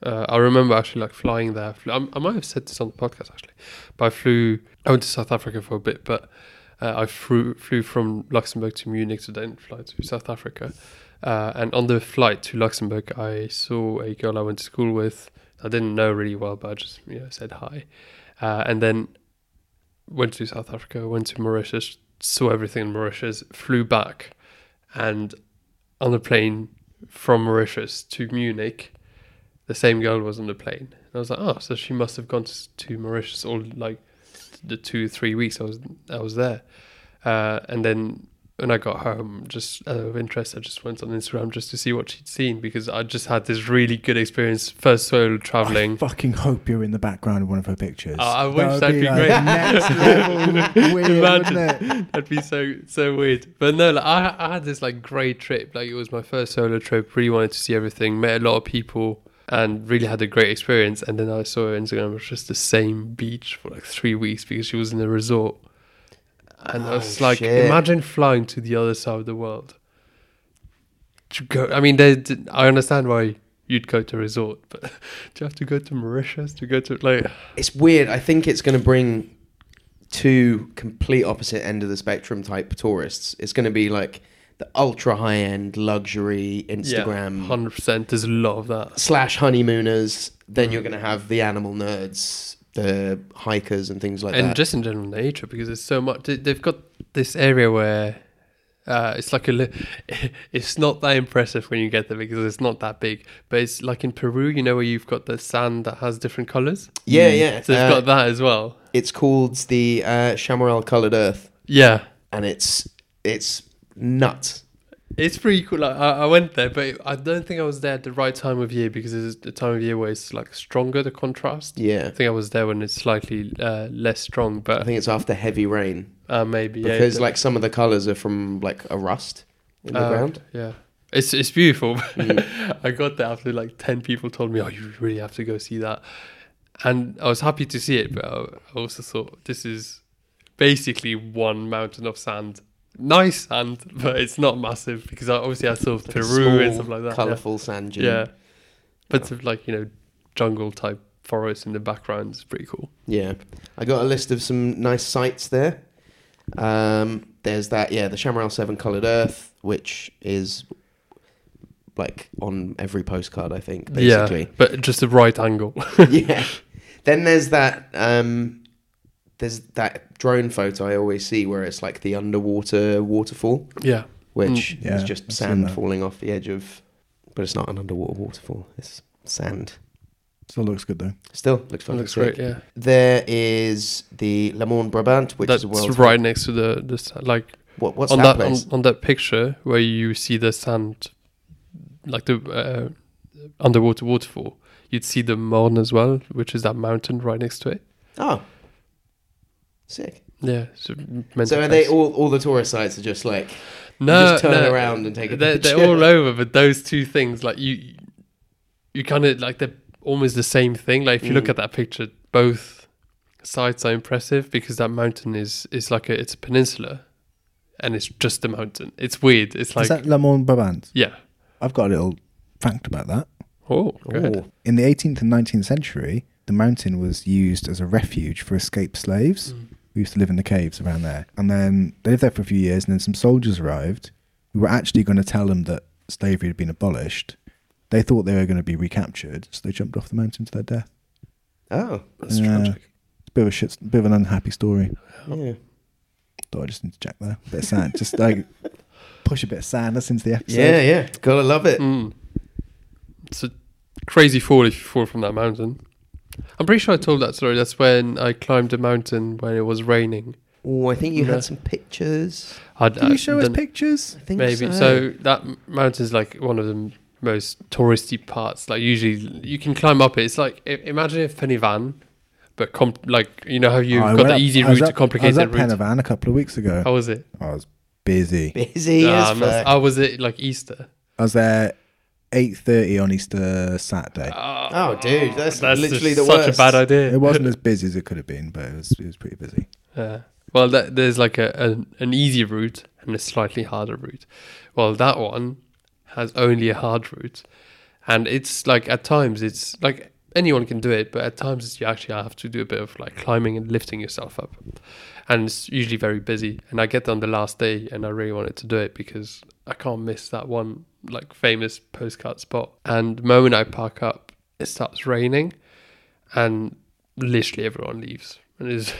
S3: Uh, I remember actually like flying there. Fl- I, I might have said this on the podcast actually, but I flew. I went to South Africa for a bit, but uh, I flew flew from Luxembourg to Munich to then fly to South Africa. Uh, and on the flight to Luxembourg, I saw a girl I went to school with. I didn't know really well, but I just you know said hi, uh, and then went to South Africa, went to Mauritius, saw everything in Mauritius, flew back, and on the plane from Mauritius to Munich, the same girl was on the plane. And I was like, oh, so she must have gone to, to Mauritius all like the two three weeks I was I was there, uh, and then when I got home, just out of interest, I just went on Instagram just to see what she'd seen because I just had this really good experience first solo
S1: I
S3: traveling.
S1: fucking hope you're in the background of one of her pictures.
S3: Oh, I wish
S1: That would
S3: that'd be great.
S1: next level weird,
S3: Imagine.
S1: wouldn't it?
S3: That'd be so so weird. But no, like, I I had this like great trip. Like it was my first solo trip. Really wanted to see everything. Met a lot of people and really had a great experience. And then I saw her Instagram it was just the same beach for like three weeks because she was in a resort. And I
S2: Oh,
S3: was like,
S2: shit.
S3: imagine flying to the other side of the world. To go, I mean, there, I understand why you'd go to a resort, but do you have to go to Mauritius to go to like?
S2: It's weird. I think it's going to bring two complete opposite end of the spectrum type tourists. It's going to be like the ultra high end luxury Instagram
S3: hundred percent. There's a lot of that.
S2: slash honeymooners. Then
S3: Mm.
S2: you're going to have the animal nerds, the hikers, and things like
S3: and
S2: that.
S3: just in general nature because there's so much they- they've got this area where uh, it's like a li- it's not that impressive when you get there because it's not that big but it's like in peru you know where you've got the sand that has different colors
S2: yeah, yeah.
S3: so they've
S2: Uh,
S3: got that as well
S2: It's called the uh, Chamarral Coloured Earth,
S3: yeah
S2: and it's it's nuts.
S3: it's pretty cool like, I, I went there but i don't think i was there at the right time of year because it's the time of year where it's like stronger the contrast
S2: Yeah,
S3: i think i was there when it's slightly uh, less strong
S2: I
S3: but
S2: think it's after heavy rain.
S3: uh, maybe yeah,
S2: because
S3: it-
S2: like some of the colors are from like a rust in the
S3: Uh,
S2: ground.
S3: Yeah. Mm. It's it's beautiful. I got there after like 10 people told me, oh, you really have to go see that. And I was happy to see it, but I I also thought this is basically one mountain of sand. Nice sand, but it's not massive because I, obviously I saw Peru and stuff like that. yeah.
S2: Colorful sand
S3: Yeah.
S2: dune.
S3: But sort of like, you know, jungle type forest in the background is pretty cool.
S2: Yeah. I got a list of some nice sites there. Um, there's that, yeah, the Chamarral Seven Coloured Earth, which is like on every postcard, I think,
S3: Yeah.
S2: basically.
S3: But just the right angle.
S2: Yeah. Then there's that um, there's that drone photo I always see where it's like the underwater waterfall,
S3: yeah.
S2: which
S1: Mm. Yeah,
S2: is just
S1: I've seen
S2: sand
S1: that.
S2: falling off the edge of but it's not an underwater waterfall, it's sand.
S1: Still looks good though.
S2: Still looks
S3: That
S2: fucking
S3: looks
S2: sick.
S3: great. Yeah.
S2: There is the Le Mans Brabant, which
S3: That's
S2: is a world.
S3: right next to the, the, sa- like,
S2: What, what's
S3: on
S2: that,
S3: that,
S2: place?
S3: On, on that picture where you see the sand, like the uh, underwater waterfall, you'd see the Marne as well, which is that mountain right next to it.
S2: Oh, sick.
S3: Yeah. So,
S2: So are they all? All the tourist sites are just like just turn around and take a
S3: they're,
S2: picture.
S3: They're all over, but those two things, like you, you kind of like they're almost the same thing. Like if you look
S2: Mm.
S3: at that picture, both sides are impressive because that mountain is is like a it's a peninsula, and it's just a mountain. It's weird. It's like
S1: Is that Le Mans Brabant?
S3: yeah.
S1: I've got a little fact about that.
S3: Oh, good.
S2: Ooh.
S1: In the 18th and 19th century, the mountain was used as a refuge for escaped
S2: Oh.
S1: slaves
S3: Mm.
S1: who used to live in the caves around there. And then they lived there for a few years, and then some soldiers arrived who were actually going to tell them that slavery had been abolished. They thought they were going to be recaptured, so they jumped off the mountain to their death.
S2: Oh,
S3: That's
S1: Yeah.
S3: tragic.
S1: It's a bit of a shit, bit of an unhappy story.
S2: yeah.
S1: Thought I just interject there. Bit sad. just like push a bit of sadness into the episode.
S2: Yeah, yeah. Gotta love it.
S3: Mm. It's a crazy fall if you fall from that mountain. I'm pretty sure I told that story. That's when I climbed a mountain when it was raining.
S2: Oh, I think you
S3: Yeah.
S2: had some pictures.
S3: I'd, uh,
S1: Can you show us
S3: done-
S1: pictures? Uh,
S2: I think
S3: Maybe.
S2: so.
S3: So that m- mountain's like one of the m- most touristy parts. Like usually you can climb up it. It's like i- imagine a Penivan, but comp- like you know how you've
S1: I
S3: got
S1: went
S3: the
S1: up-
S3: easy
S1: I was up-
S3: route to
S1: I was
S3: complicated
S1: at
S3: route. Oh.
S1: Penavan a couple of weeks ago.
S3: How was it?
S1: I was busy.
S2: busy
S3: Ah,
S2: as
S3: must-
S2: fuck.
S3: how was it like Easter?
S1: I was there eight thirty on Easter Saturday.
S3: Uh,
S2: Oh, dude, that's,
S3: just
S2: literally the
S3: such
S2: worst.
S3: a bad idea.
S1: It wasn't as busy as it could have been, but it was it was pretty busy.
S3: Yeah. Well, that, there's like a, an an easy route and a slightly harder route. Well, that one has only a hard route, and it's like at times it's like anyone can do it, but at times it's, you actually have to do a bit of like climbing and lifting yourself up, and it's usually very busy. And I get there on the last day, and I really wanted to do it because I can't miss that one like famous postcard spot. And the moment I park up, it starts raining, and literally everyone leaves and there's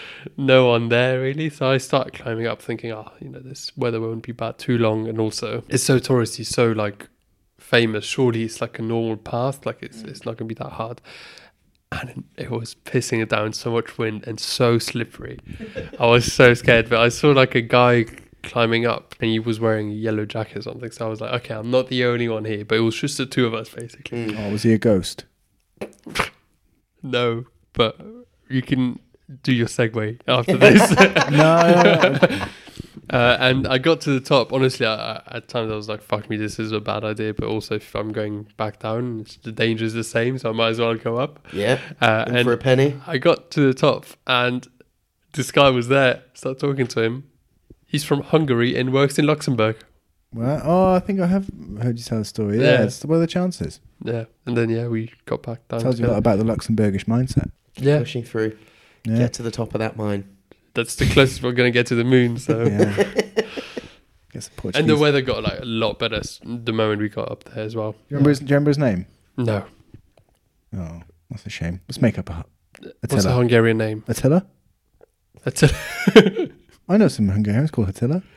S3: no one there really so i start climbing up thinking oh you know this weather won't be bad too long and also it's so touristy so like famous surely it's like a normal path like it's, it's not gonna be that hard and it was pissing down so much wind and so slippery i was so scared but i saw like a guy climbing up and he was wearing a yellow jacket or something so i was like okay i'm not the only one here but it was just the two of us basically
S2: Mm.
S1: Oh, was he a ghost?
S3: no, but you can do your segue after this.
S1: No,
S3: uh, and I got to the top. Honestly, I, I, at times I was like, "Fuck me, this is a bad idea." But also, if I'm going back down, it's, the danger is the same, so I might as well go up.
S2: Yeah.
S3: Uh,
S2: and for a penny.
S3: I got to the top, and this guy was there. Start talking to him. He's from Hungary and works in Luxembourg.
S1: well, oh, I think I have heard you tell the story. Yeah,
S3: Yeah. Oh,
S1: it's- what are the chances?
S3: Yeah, and then yeah, we got back down.
S1: Tells you a lot
S3: together.
S1: about the Luxembourgish mindset.
S3: Yeah,
S2: Pushing through.
S1: Yeah,
S2: Get to the top of that mine.
S3: that's the closest we're gonna get to the moon. So.
S1: yeah. Guess the
S3: And the
S1: Portuguese-
S3: weather got like a lot better s- the moment we got up there as well.
S1: Do you, remember his, do you remember his name?
S3: No,
S1: Oh, that's a shame. Let's make up a
S3: what's the
S1: Attila.
S3: Hungarian name?
S1: Attila.
S3: Attila.
S1: I know some Hungarians called Attila.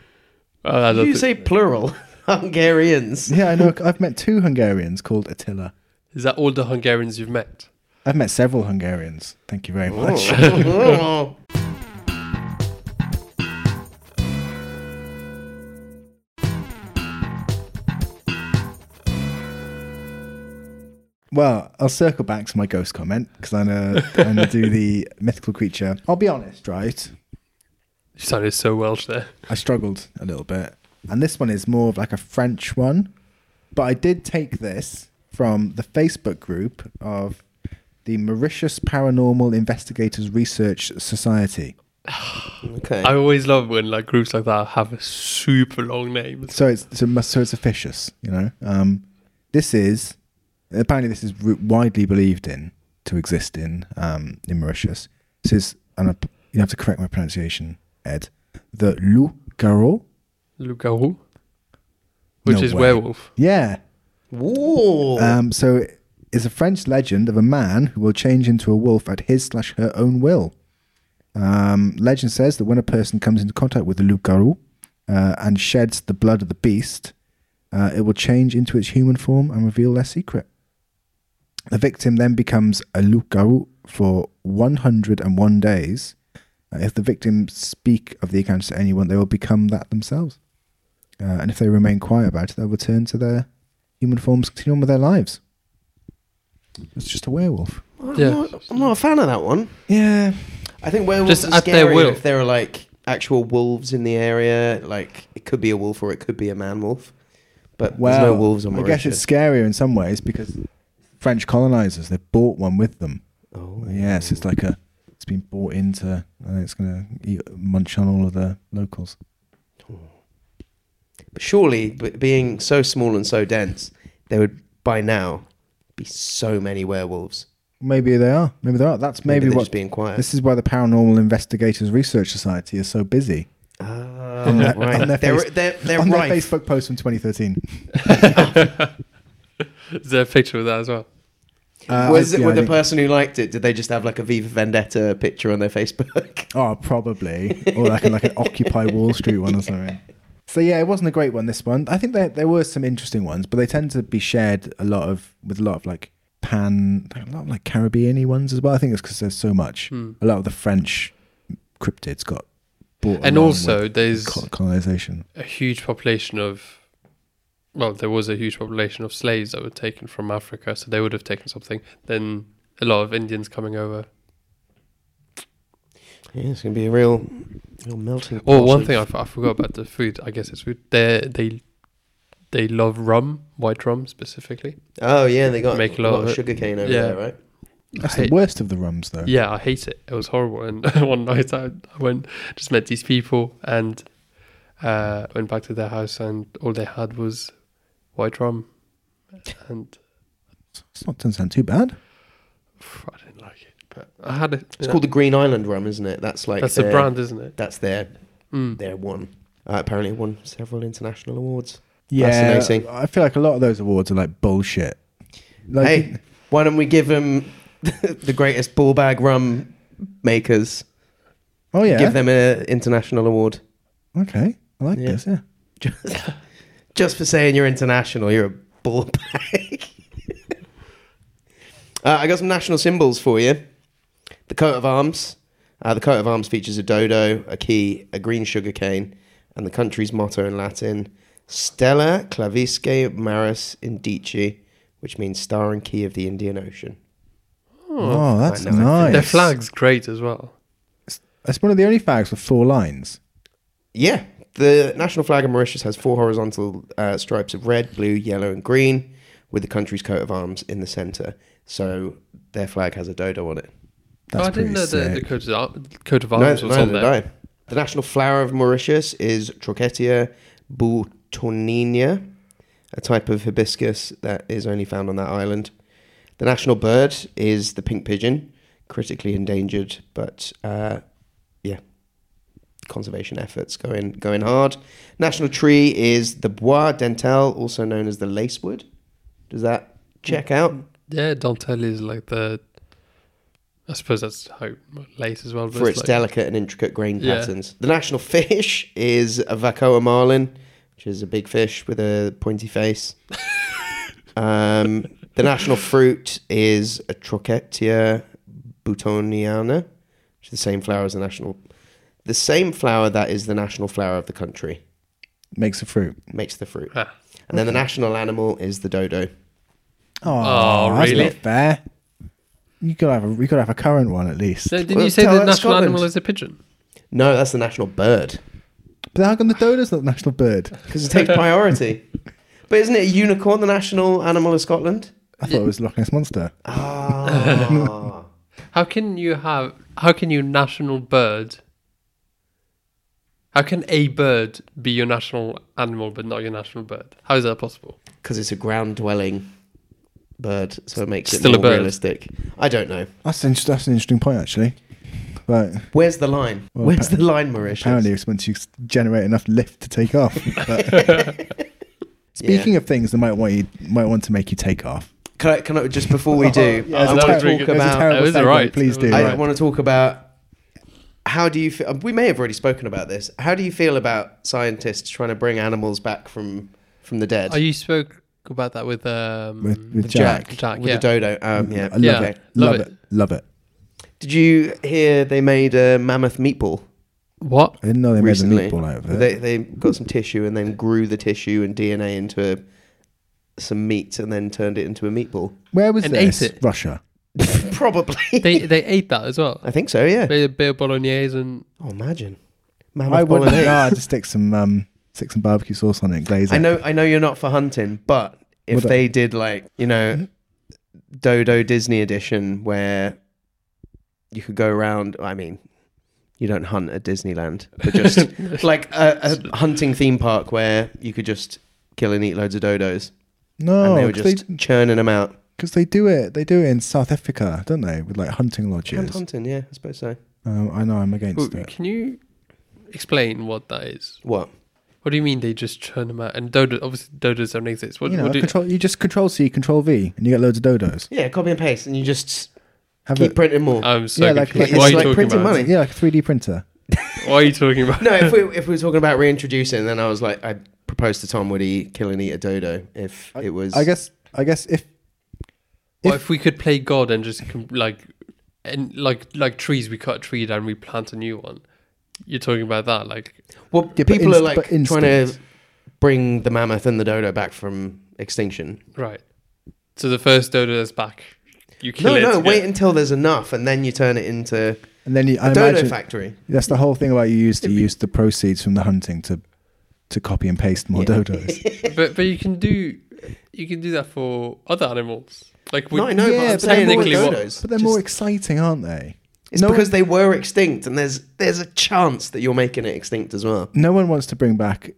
S3: Oh, I
S2: Did
S3: don't
S2: you
S3: thi-
S2: say plural? Hungarians.
S1: Yeah, I know. I've met two Hungarians called Attila.
S3: is that all the Hungarians you've met?
S1: I've met several Hungarians. Thank you very much.
S2: Oh.
S1: Well, I'll circle back to my ghost comment because I'm gonna, I'm gonna do the mythical creature. I'll be honest, right?
S3: You sounded so Welsh there.
S1: I struggled a little bit, and this one is more of like a French one, but I did take this from the Facebook group of the Mauritius Paranormal Investigators Research Society.
S2: okay.
S3: I always love when like groups like that have a super long names.
S1: So it's so, must- so it's officious, you know. Um, this is apparently this is w- widely believed in to exist in um, in Mauritius. This is and I, you have to correct my pronunciation, Ed. The loup garou.
S3: Lugarou, which
S1: No
S3: is
S1: way.
S3: werewolf.
S1: Yeah.
S2: Whoa.
S1: Um, so it's a French legend of a man who will change into a wolf at his slash her own will. Um, legend says that when a person comes into contact with the loup garou uh, and sheds the blood of the beast, uh, it will change into its human form and reveal their secret. The victim then becomes a loup garou for 101 days. Uh, if the victims speak of the encounter to anyone, they will become that themselves. Uh, and if they remain quiet about it, they'll return to their human forms, continue on with their lives. It's just a werewolf.
S2: I'm,
S3: yeah.
S2: not, I'm not a fan of that one.
S1: Yeah.
S2: I think werewolves
S3: Just
S2: are
S3: at their
S2: scary
S3: will.
S2: if there are like actual wolves in the area. Like it could be a wolf or it could be a man wolf. But
S1: Well,
S2: there's no wolves on
S1: I
S2: Mauritius.
S1: guess it's scarier in some ways because French colonizers they've bought one with them.
S2: oh.
S1: Yes, it's like a it's been bought into and it's gonna eat, munch on all of the locals.
S2: But surely, b- being so small and so dense, there would by now be so many werewolves.
S1: Maybe they are. Maybe they are. That's maybe,
S2: they're
S1: what.
S2: just being quiet.
S1: This is why the Paranormal Investigators Research Society is so busy.
S2: Ah,
S1: On their-
S2: right.
S1: on their
S2: they're,
S1: face-
S2: they're, they're
S1: on
S2: rife.
S1: their Facebook post from 2013.
S3: Is there a picture of that as well?
S1: Uh,
S2: was
S1: I-
S2: it
S1: yeah, I
S2: with the
S1: think-
S2: person who liked it? Did they just have like a Viva Vendetta picture on their Facebook?
S1: Oh, probably. Or like, a- like an Occupy Wall Street one or something. So yeah, it wasn't a great one. This one, I think there there were some interesting ones, but they tend to be shared a lot of with a lot of like pan, a lot of like Caribbean ones as well. I think it's because there's so much.
S3: Hmm.
S1: A lot of the French cryptids got brought,
S3: And
S1: along
S3: also
S1: with
S3: there's-
S1: col- colonization.
S3: a huge population of well there was a huge population of slaves that were taken from africa so they would have taken something then a lot of indians coming over
S2: Yeah, it's going to be a real, real melting.
S3: oh
S2: pot
S3: one
S2: of-
S3: thing I, f- I forgot about the food i guess it's food they they they love rum white rum specifically
S2: Oh yeah, they got
S3: Make
S2: make
S3: a
S2: a
S3: lot of
S2: lot, of
S3: it.
S2: sugar cane over
S3: Yeah.
S2: there, right?
S1: That's
S3: I-
S1: the worst of the rums, though.
S3: yeah i hate it it was horrible and one night I, I went just met these people and uh went back to their house and all they had was white rum and
S1: It's not doesn't sound too bad.
S3: pff, i didn't like it but i had it
S2: It's called the Green Island rum, isn't it? That's like
S3: that's
S2: their,
S3: the brand isn't it
S2: That's their
S3: Mm.
S2: their one. Uh, apparently, it won several international awards.
S1: Yeah,
S2: Fascinating.
S1: I feel like a lot of those awards are like bullshit. Like,
S2: hey, why don't we give them the greatest ball bag rum makers?
S1: oh yeah,
S2: Give them an international award.
S1: okay, I like
S2: Yeah.
S1: this. Yeah,
S2: Just, just for saying you're international, you're a ball bag. uh, I got some national symbols for you. The coat of arms. Uh, the coat of arms features a dodo, a key, a green sugar cane, and the country's motto in Latin, Stella Clavisque Maris Indici, which means star and key of the Indian Ocean.
S1: oh, that's
S2: I know, I
S1: nice.
S2: think-
S3: Their flag's great as well.
S1: That's one of the only flags with four lines.
S2: Yeah, the national flag of Mauritius has four horizontal uh, stripes of red, blue, yellow, and green, with the country's coat of arms in the centre. So their flag has a dodo on it.
S1: That's
S3: Oh, I
S1: pretty
S3: didn't know the, the
S1: sick.
S3: coat, of, ar- coat of
S2: No,
S3: arms was
S2: no,
S3: on
S2: no,
S3: there.
S2: no. The national flower of Mauritius is Trochetia boutonina, a type of hibiscus that is only found on that island. The national bird is the pink pigeon, critically endangered, but uh, yeah, conservation efforts going going hard. National tree is the bois dentel, also known as the lacewood. Does that check out?
S3: Yeah, dentelle is like the. I suppose that's how lace as well. But
S2: for its
S3: like,
S2: delicate and intricate grain
S3: Yeah.
S2: patterns. The national fish is a Vacoa marlin, which is a big fish with a pointy face. um, the national fruit is a Trochetia butoniana, which is the same flower as the national, the same flower that is the national flower of the country
S1: Makes a fruit.
S2: makes the fruit.
S3: Ah.
S2: And then the national animal is the dodo.
S1: Oh,
S3: Oh,
S1: that's
S3: really?
S1: not fair. You gotta have a you gotta have a current one at least.
S3: So did
S2: Well,
S3: you say
S2: tell
S3: the
S2: that
S3: national
S2: Scotland.
S3: animal is a pigeon?
S2: No, that's the national bird
S1: But how come the dodo's not the national bird?
S2: because it takes priority. But isn't it a unicorn, the national animal of Scotland?
S1: I thought it was Loch Ness monster.
S2: Ah.
S3: How can you have? How can your national bird? How can a bird be your national animal but not your national bird? How is that possible?
S2: because it's a ground dwelling bird, so it makes
S3: Still a
S2: it more
S3: bird.
S2: realistic. I don't know.
S1: That's an, that's an interesting point actually. But
S2: Where's the line?
S1: Well,
S2: Where's
S1: appa-
S2: the line, Mauritius?
S1: apparently, it's once you s- generate enough lift to take off. But speaking of things that might want you might want to make you take off,
S2: Can I, can I just before we do?
S1: Yeah, it's a
S2: I
S3: that
S2: want
S3: was
S2: to
S3: really
S2: talk
S3: good.
S1: There's a
S2: about.
S1: terrible
S3: It was
S1: segue,
S3: alright.
S1: Please
S3: It
S1: do.
S3: was
S2: I
S3: alright.
S2: want to talk about. How do you feel? We may have already spoken about this. How do you feel about scientists trying to bring animals back from from the dead?
S3: Oh, you spoke about that with um
S1: With, with
S2: The
S1: Jack,
S3: Jack,
S2: with
S3: yeah.
S2: the dodo? Um, yeah.
S1: I love
S3: Yeah.
S1: it.
S3: Love
S1: Love, it.
S3: it.
S1: Love it.
S2: Did you hear they made a mammoth meatball?
S3: what?
S1: I didn't know they
S2: recently.
S1: made a meatball out of it.
S2: They they got some tissue and then grew the tissue and DNA into some meat and then turned it into a meatball.
S1: Where was
S3: and
S1: this?
S3: ate it.
S1: Russia.
S2: Probably.
S3: They they ate that as well.
S2: I think so. Yeah.
S3: They had a bit of bolognese and
S2: Oh, imagine.
S1: I
S2: Mammoth
S1: wouldn't.
S2: bolognese.
S1: No, I'd just stick some um, stick some barbecue sauce on it, and glaze it.
S2: I know. I know you're not for hunting, but if
S1: Would I?
S2: they did like you know, Dodo Disney edition where you could go around. I mean. You don't hunt at Disneyland, but just like a, a hunting theme park where you could just kill and eat loads of dodos, and they
S1: No,
S2: were
S1: because
S2: just
S1: Oh, they,
S2: churning them out.
S1: 'cause they do it. They do it in South Africa, don't they? With like hunting
S2: Hand
S1: lodges.
S2: hunting, yeah, I suppose so.
S1: Um, I know. I'm
S3: Well,
S1: against it.
S3: can you explain what that is?
S2: What?
S3: What do you mean they just churn them out? And dodo, obviously, dodos don't exist. What,
S1: you know,
S3: what do
S1: control. You just control C, control V, and you get loads of dodos.
S2: Yeah, copy and paste, and you just
S1: Have Uh,
S2: keep
S1: it.
S2: printing more.
S3: I'm so
S1: Yeah, like-
S3: confused.
S1: like-
S3: Why are
S1: it's
S3: you
S1: like
S3: talking
S2: printing
S3: about?
S2: money.
S1: Yeah, like a 3D printer.
S3: What are you talking about?
S2: No, if we if we were talking about reintroducing, then I was like, I proposed to Tom would he kill and eat a dodo if it was.
S1: I guess. I guess if
S3: Or if we could play God and just com- like, and like like trees, we cut a tree down, we plant a new one. You're talking about that, like
S2: Well,
S1: Yeah, but
S2: people
S1: inst-
S2: are like
S1: but
S2: trying to
S1: instinct.
S2: bring the mammoth and the dodo back from extinction.
S3: right. So the first dodo is back. You kill
S2: no,
S3: it.
S2: no,
S3: yeah.
S2: wait until there's enough, and then you turn it into
S1: and then you, I
S2: a dodo
S1: imagine
S2: factory.
S1: that's the whole thing about you used to use the proceeds from the hunting to to copy and paste more
S2: Yeah.
S1: dodos.
S3: But but you can do, you can do that for other animals. Like we,
S2: no, I know,
S1: Yeah,
S2: but
S1: but
S2: I'm saying
S1: they're more
S2: with
S3: like-
S2: dodos.
S1: But they're
S2: just-
S1: more exciting, aren't they?
S2: It's
S1: no
S2: because they were extinct, and there's there's a chance that you're making it extinct as well.
S1: no one wants to bring back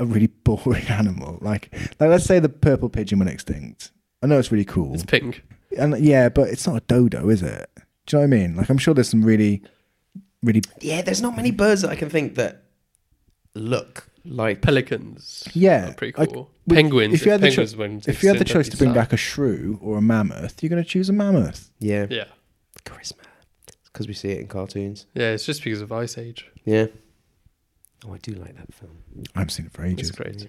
S1: a really boring animal. Like, like let's say the purple pigeon went extinct. I know it's really cool,
S3: it's pink.
S1: and yeah, but it's not a dodo, is it? Do you know what I mean? Like, I'm sure there's some really, really
S2: Yeah, there's not many birds that I can think that look like.
S3: Pelicans.
S1: Yeah,
S3: are pretty
S1: like,
S3: cool.
S1: we-
S3: Penguins.
S1: if you had the
S3: penguins
S1: cho-
S3: went
S1: if you had the
S3: extinct,
S1: choice to
S3: that'd
S1: bring
S3: be
S1: back a shrew or a mammoth, you're going to choose a mammoth.
S2: Yeah,
S3: sad. Yeah,
S2: charisma. It's because we see it in cartoons.
S3: yeah. It's just because of Ice Age.
S2: Yeah. Oh, I do like that film.
S1: I haven't seen it for
S3: It's
S1: ages.
S3: great.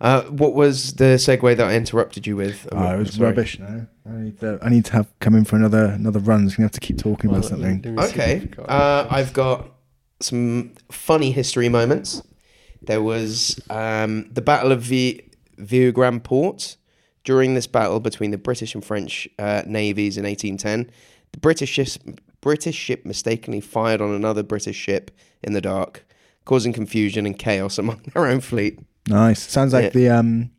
S2: Uh, what was the segue that I interrupted you with?
S1: Oh,
S2: I'm
S1: it was
S2: sorry.
S1: rubbish. No, I need to. I need to have come in for another another run. So we have to keep talking
S3: Well,
S1: about something.
S3: let me see if
S2: Okay.
S3: I've got-
S2: Uh, I've got some funny history moments. There was um, the Battle of v- Vieux Grand Port. During this battle between the British and French uh, navies in 1810, the British ships, British ship mistakenly fired on another British ship in the dark, causing confusion and chaos among their own fleet.
S1: Nice. Sounds like
S2: Yeah.
S1: the um,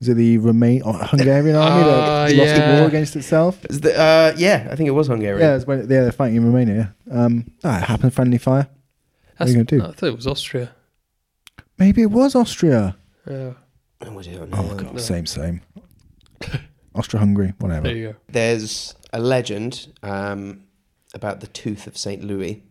S1: is it the Romain or Hungarian army
S3: Ah,
S1: that lost the
S3: yeah.
S1: war against itself?
S2: Is the- uh, yeah, I think it was Hungary.
S1: Yeah, it's when, yeah, they're fighting in Romania. Um, ah, it happened friendly fire.
S3: That's-
S1: you gonna do?
S3: I thought it was Austria.
S1: Maybe it was Austria.
S3: Yeah.
S2: When was it?
S1: Oh my god,
S3: no.
S1: same, same. Austria-Hungary,
S3: There
S1: whatever.
S3: you go.
S2: There's a legend um, about the tooth of Saint Louis.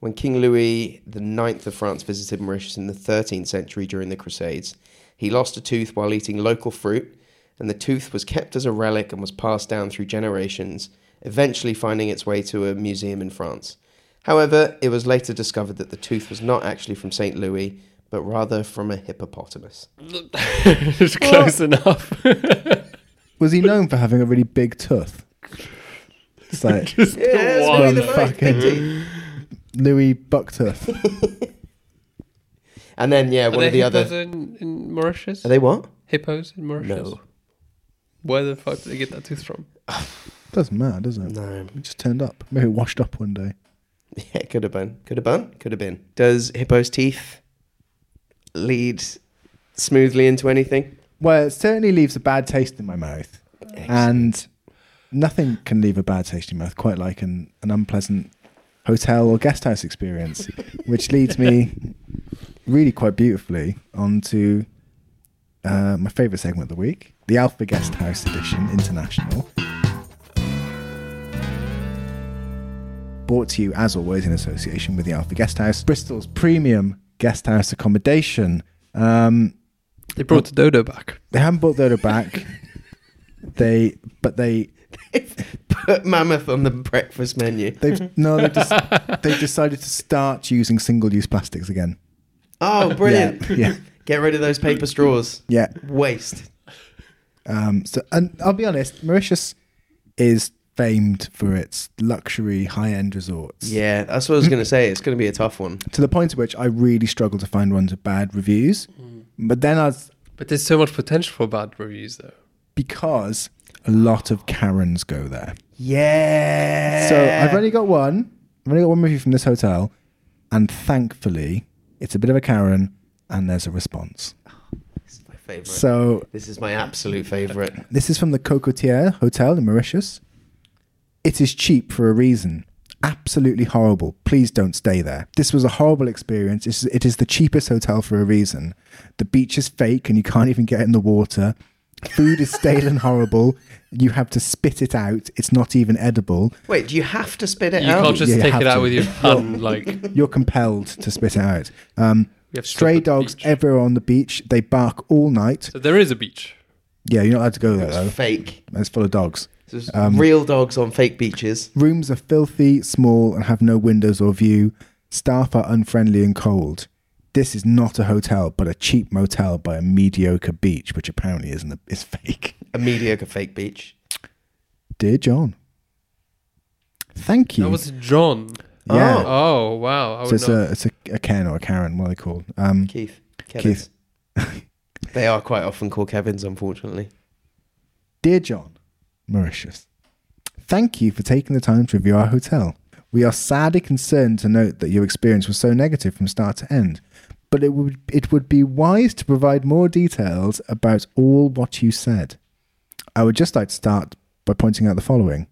S2: When King Louis the Ninth of France visited Mauritius in the 13th century during the Crusades, he lost a tooth while eating local fruit, and the tooth was kept as a relic and was passed down through generations, eventually finding its way to a museum in France. However, it was later discovered that the tooth was not actually from Saint Louis, but rather from a hippopotamus.
S3: it was close enough.
S1: Was he known for having a really big tooth? It's like
S3: Just
S2: Yeah,
S3: one.
S1: Louis the Ninth, fucking- Louis Bucktooth.
S2: And then, yeah,
S3: Are
S2: one
S3: there
S2: of the
S3: hippos
S2: other.
S3: in, in Mauritius?
S2: Are they what?
S3: hippos in Mauritius?
S2: No.
S3: Where the fuck did they get that tooth from?
S1: Doesn't matter, does it?
S2: No.
S1: It just turned up. Maybe it washed up one day.
S2: Yeah, it could have been. Could have been. Could have been. Does hippo's teeth lead smoothly into anything?
S1: Well, it certainly leaves a bad taste in my mouth, and nothing can leave a bad taste in your mouth quite like an, an unpleasant hotel or guest house experience, which leads me really quite beautifully onto uh, my favourite segment of the week, the Alpha Guest House Edition International. Brought to you, as always, in association with the Alpha Guest House, Bristol's premium guest house accommodation. Um,
S3: They brought the dodo back.
S1: they haven't brought Dodo back. they, but they,
S2: Put mammoth on the breakfast menu.
S1: they've no, they've, des- they've decided to start using single-use plastics again.
S2: Oh, brilliant.
S1: Yeah, yeah.
S2: Get rid of those paper straws.
S1: Yeah.
S2: Waste.
S1: Um, so, and I'll be honest, Mauritius is famed for its luxury high-end resorts.
S2: Yeah, that's what I was going to say. It's going to be a tough one.
S1: To the point at which I really struggled to find ones with bad reviews.
S2: Mm.
S1: But then I was
S3: But there's so much potential for bad reviews, though.
S1: because a lot of Karens go there.
S2: Yeah.
S1: So I've only got one. I've only got one review from this hotel, and thankfully, it's a bit of a Karen, and there's a response.
S2: This is my favorite.
S1: So
S2: this is my absolute favorite.
S1: this is from the Cocotier Hotel in Mauritius. It is cheap for a reason. Absolutely horrible. Please don't stay there. This was a horrible experience. It is, it is the cheapest hotel for a reason. The beach is fake and you can't even get in the water. Food is stale and horrible. You have to spit it out. It's not even edible.
S2: Wait, do you have to spit it
S3: You
S2: out?
S3: can't just
S1: Yeah, you
S3: take
S1: have
S3: it out
S1: to.
S3: with your hand. like you
S1: You're compelled to spit it out. Um,
S3: have to stop
S1: Stray
S3: at the
S1: dogs
S3: beach.
S1: everywhere on the beach. They bark all night.
S3: So there is a beach.
S1: Yeah, you're not allowed to go there though. Um,
S2: It's fake.
S1: It's full of dogs.
S2: It's real dogs on fake beaches.
S1: Rooms are filthy, small, and have no windows or view. Staff are unfriendly and cold. This is not a hotel, but a cheap motel by a mediocre beach, which apparently isn't a, is fake.
S2: A mediocre fake beach.
S1: Dear John, thank you.
S3: That was John.
S1: Yeah.
S3: Oh, wow. I
S1: so
S3: would
S1: it's
S3: not.
S1: a it's a, a Ken or a Karen. What are they called? Um,
S2: Keith. Kevin's. they are quite often called Kevin's, unfortunately.
S1: Dear John, Mauritius, thank you for taking the time to review our hotel. We are sadly concerned to note that your experience was so negative from start to end, but it would it would be wise to provide more details about all what you said. I would just like to start by pointing out the following.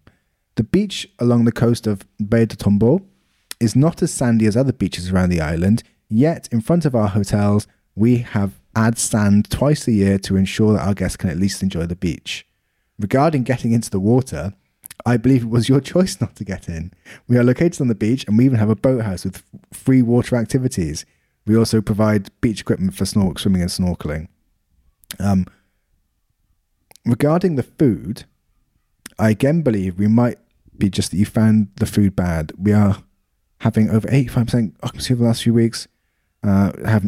S1: The beach along the coast of Bay de Tombo is not as sandy as other beaches around the island, yet, in front of our hotels, we have add sand twice a year to ensure that our guests can at least enjoy the beach. Regarding getting into the water, I believe it was your choice not to get in. We are located on the beach and we even have a boathouse with f- free water activities. We also provide beach equipment for snork, swimming, and snorkeling. Um, regarding the food, I again believe we might be just that you found the food bad. We are having over 85% occupancy over the last few weeks. Uh, have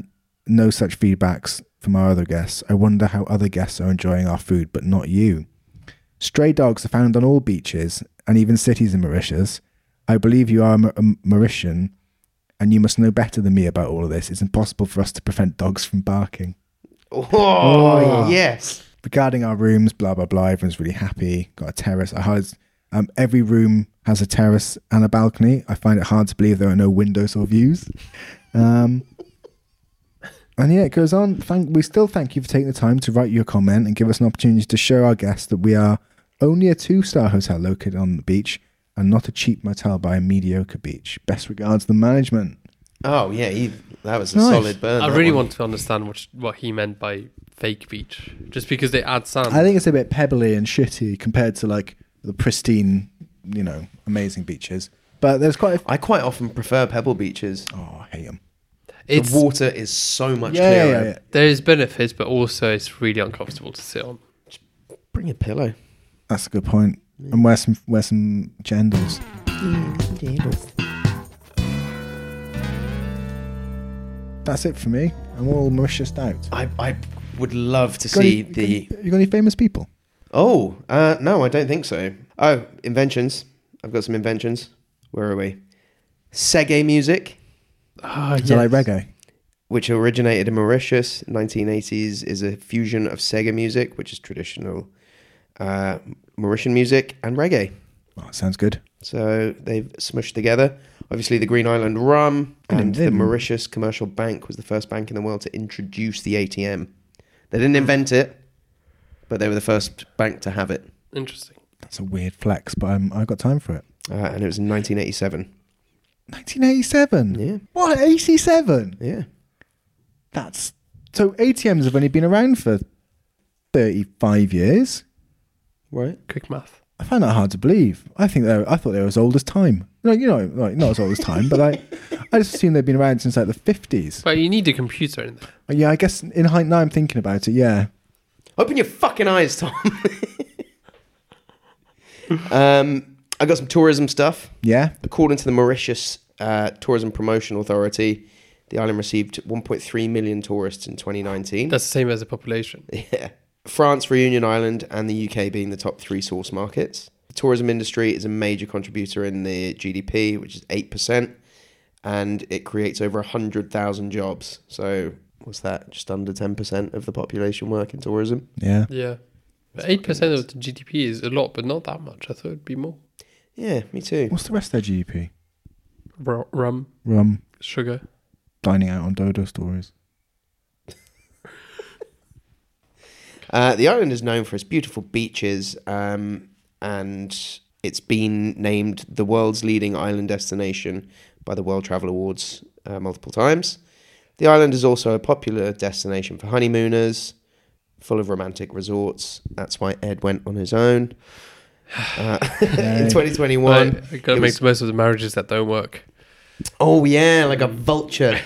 S1: no such feedbacks from our other guests. I wonder how other guests are enjoying our food, but not you. Stray dogs are found on all beaches and even cities in Mauritius. I believe you are a Ma- a Mauritian and you must know better than me about all of this. It's impossible for us to prevent dogs from barking
S2: Oh, yes.
S1: regarding our rooms, blah blah blah. Everyone's really happy. Got a terrace. I heard um, every room has a terrace and a balcony. I find it hard to believe there are no windows or views. Um, and yeah, it goes on. Thank we still thank you for taking the time to write your comment and give us an opportunity to show our guests that we are only a two-star hotel located on the beach and not a cheap motel by a mediocre beach. Best regards, the management.
S2: Oh, yeah. He, that was a
S1: Nice.
S2: solid burn.
S3: I
S2: that
S3: really
S2: one.
S3: want to understand what what he meant by fake beach, just because they add sand.
S1: I think it's a bit pebbly and shitty compared to like the pristine, you know, amazing beaches. But there's quite a.
S2: I quite often prefer pebble beaches.
S1: Oh, I hate them.
S3: it's
S2: the water is so much
S1: Yeah, yeah,
S2: clearer.
S1: yeah, yeah.
S3: there is benefits, but also it's really uncomfortable to sit on.
S2: Bring a pillow.
S1: That's a good point. And wear some wear some jandals. That's it for me. I'm all Mauritius out.
S2: I, I would love to
S1: Got
S2: see
S1: any-
S2: the.
S1: got any- you got any famous people?
S2: Oh, uh, no, I don't think so. Oh, inventions. I've got some inventions. Where are we? Sege music,
S3: Ah,
S2: Uh,
S1: Is that like reggae?
S2: which originated in Mauritius, 1980s, is a fusion of Sega music, which is traditional uh, Mauritian music, and reggae.
S1: Oh, that sounds good.
S2: So they've smushed together. Obviously, the Green Island Rum
S1: Brilliant,
S2: and the
S1: didn't-
S2: Mauritius Commercial Bank was the first bank in the world to introduce the ATM. They didn't invent it, but they were the first bank to have it,
S3: Interesting.
S1: That's a weird flex, but I'm, I've got time for it.
S2: uh, and it was in 1987.
S1: 1987.
S2: Yeah.
S1: What? 87.
S2: Yeah.
S1: That's so ATMs have only been around for 35 years.
S2: Right.
S3: Quick math.
S1: I find that hard to believe. I think they were, I thought they were as old as time. No, you know, like not as old as time, but like I just assumed they'd been around since like the fifties. Uh,
S3: But you need a computer in there.
S1: Yeah, I guess in hindsight now I'm thinking about it. Yeah,
S2: Open your fucking eyes, Tom. um, I got some tourism stuff.
S1: yeah.
S2: According to the Mauritius uh, Tourism Promotion Authority, the island received 1.3 million tourists in 2019.
S3: That's the same as the population.
S2: Yeah. France, Reunion Island, and the UK being the top three source markets. The tourism industry is a major contributor in the GDP, which is 8%, and it creates over 100,000 jobs. So, what's that? Just under 10% of the population work in tourism?
S1: Yeah,
S3: Yeah. Eight percent of the GDP is a lot, but not that much. I thought it'd be more.
S2: Yeah, me too.
S1: what's the rest of their GDP?
S3: R- rum,
S1: Rum,
S3: sugar.
S1: dining out on dodo stories.
S2: Uh, the island is known for its beautiful beaches, um, and it's been named the world's leading island destination by the World Travel Awards uh, multiple times. The island is also a popular destination for honeymooners, full of romantic resorts. That's why Ed went on his own uh, in 2021.
S3: But I gotta
S2: it
S3: make
S2: was-
S3: the most of the marriages that don't work.
S2: Oh yeah, like a vulture,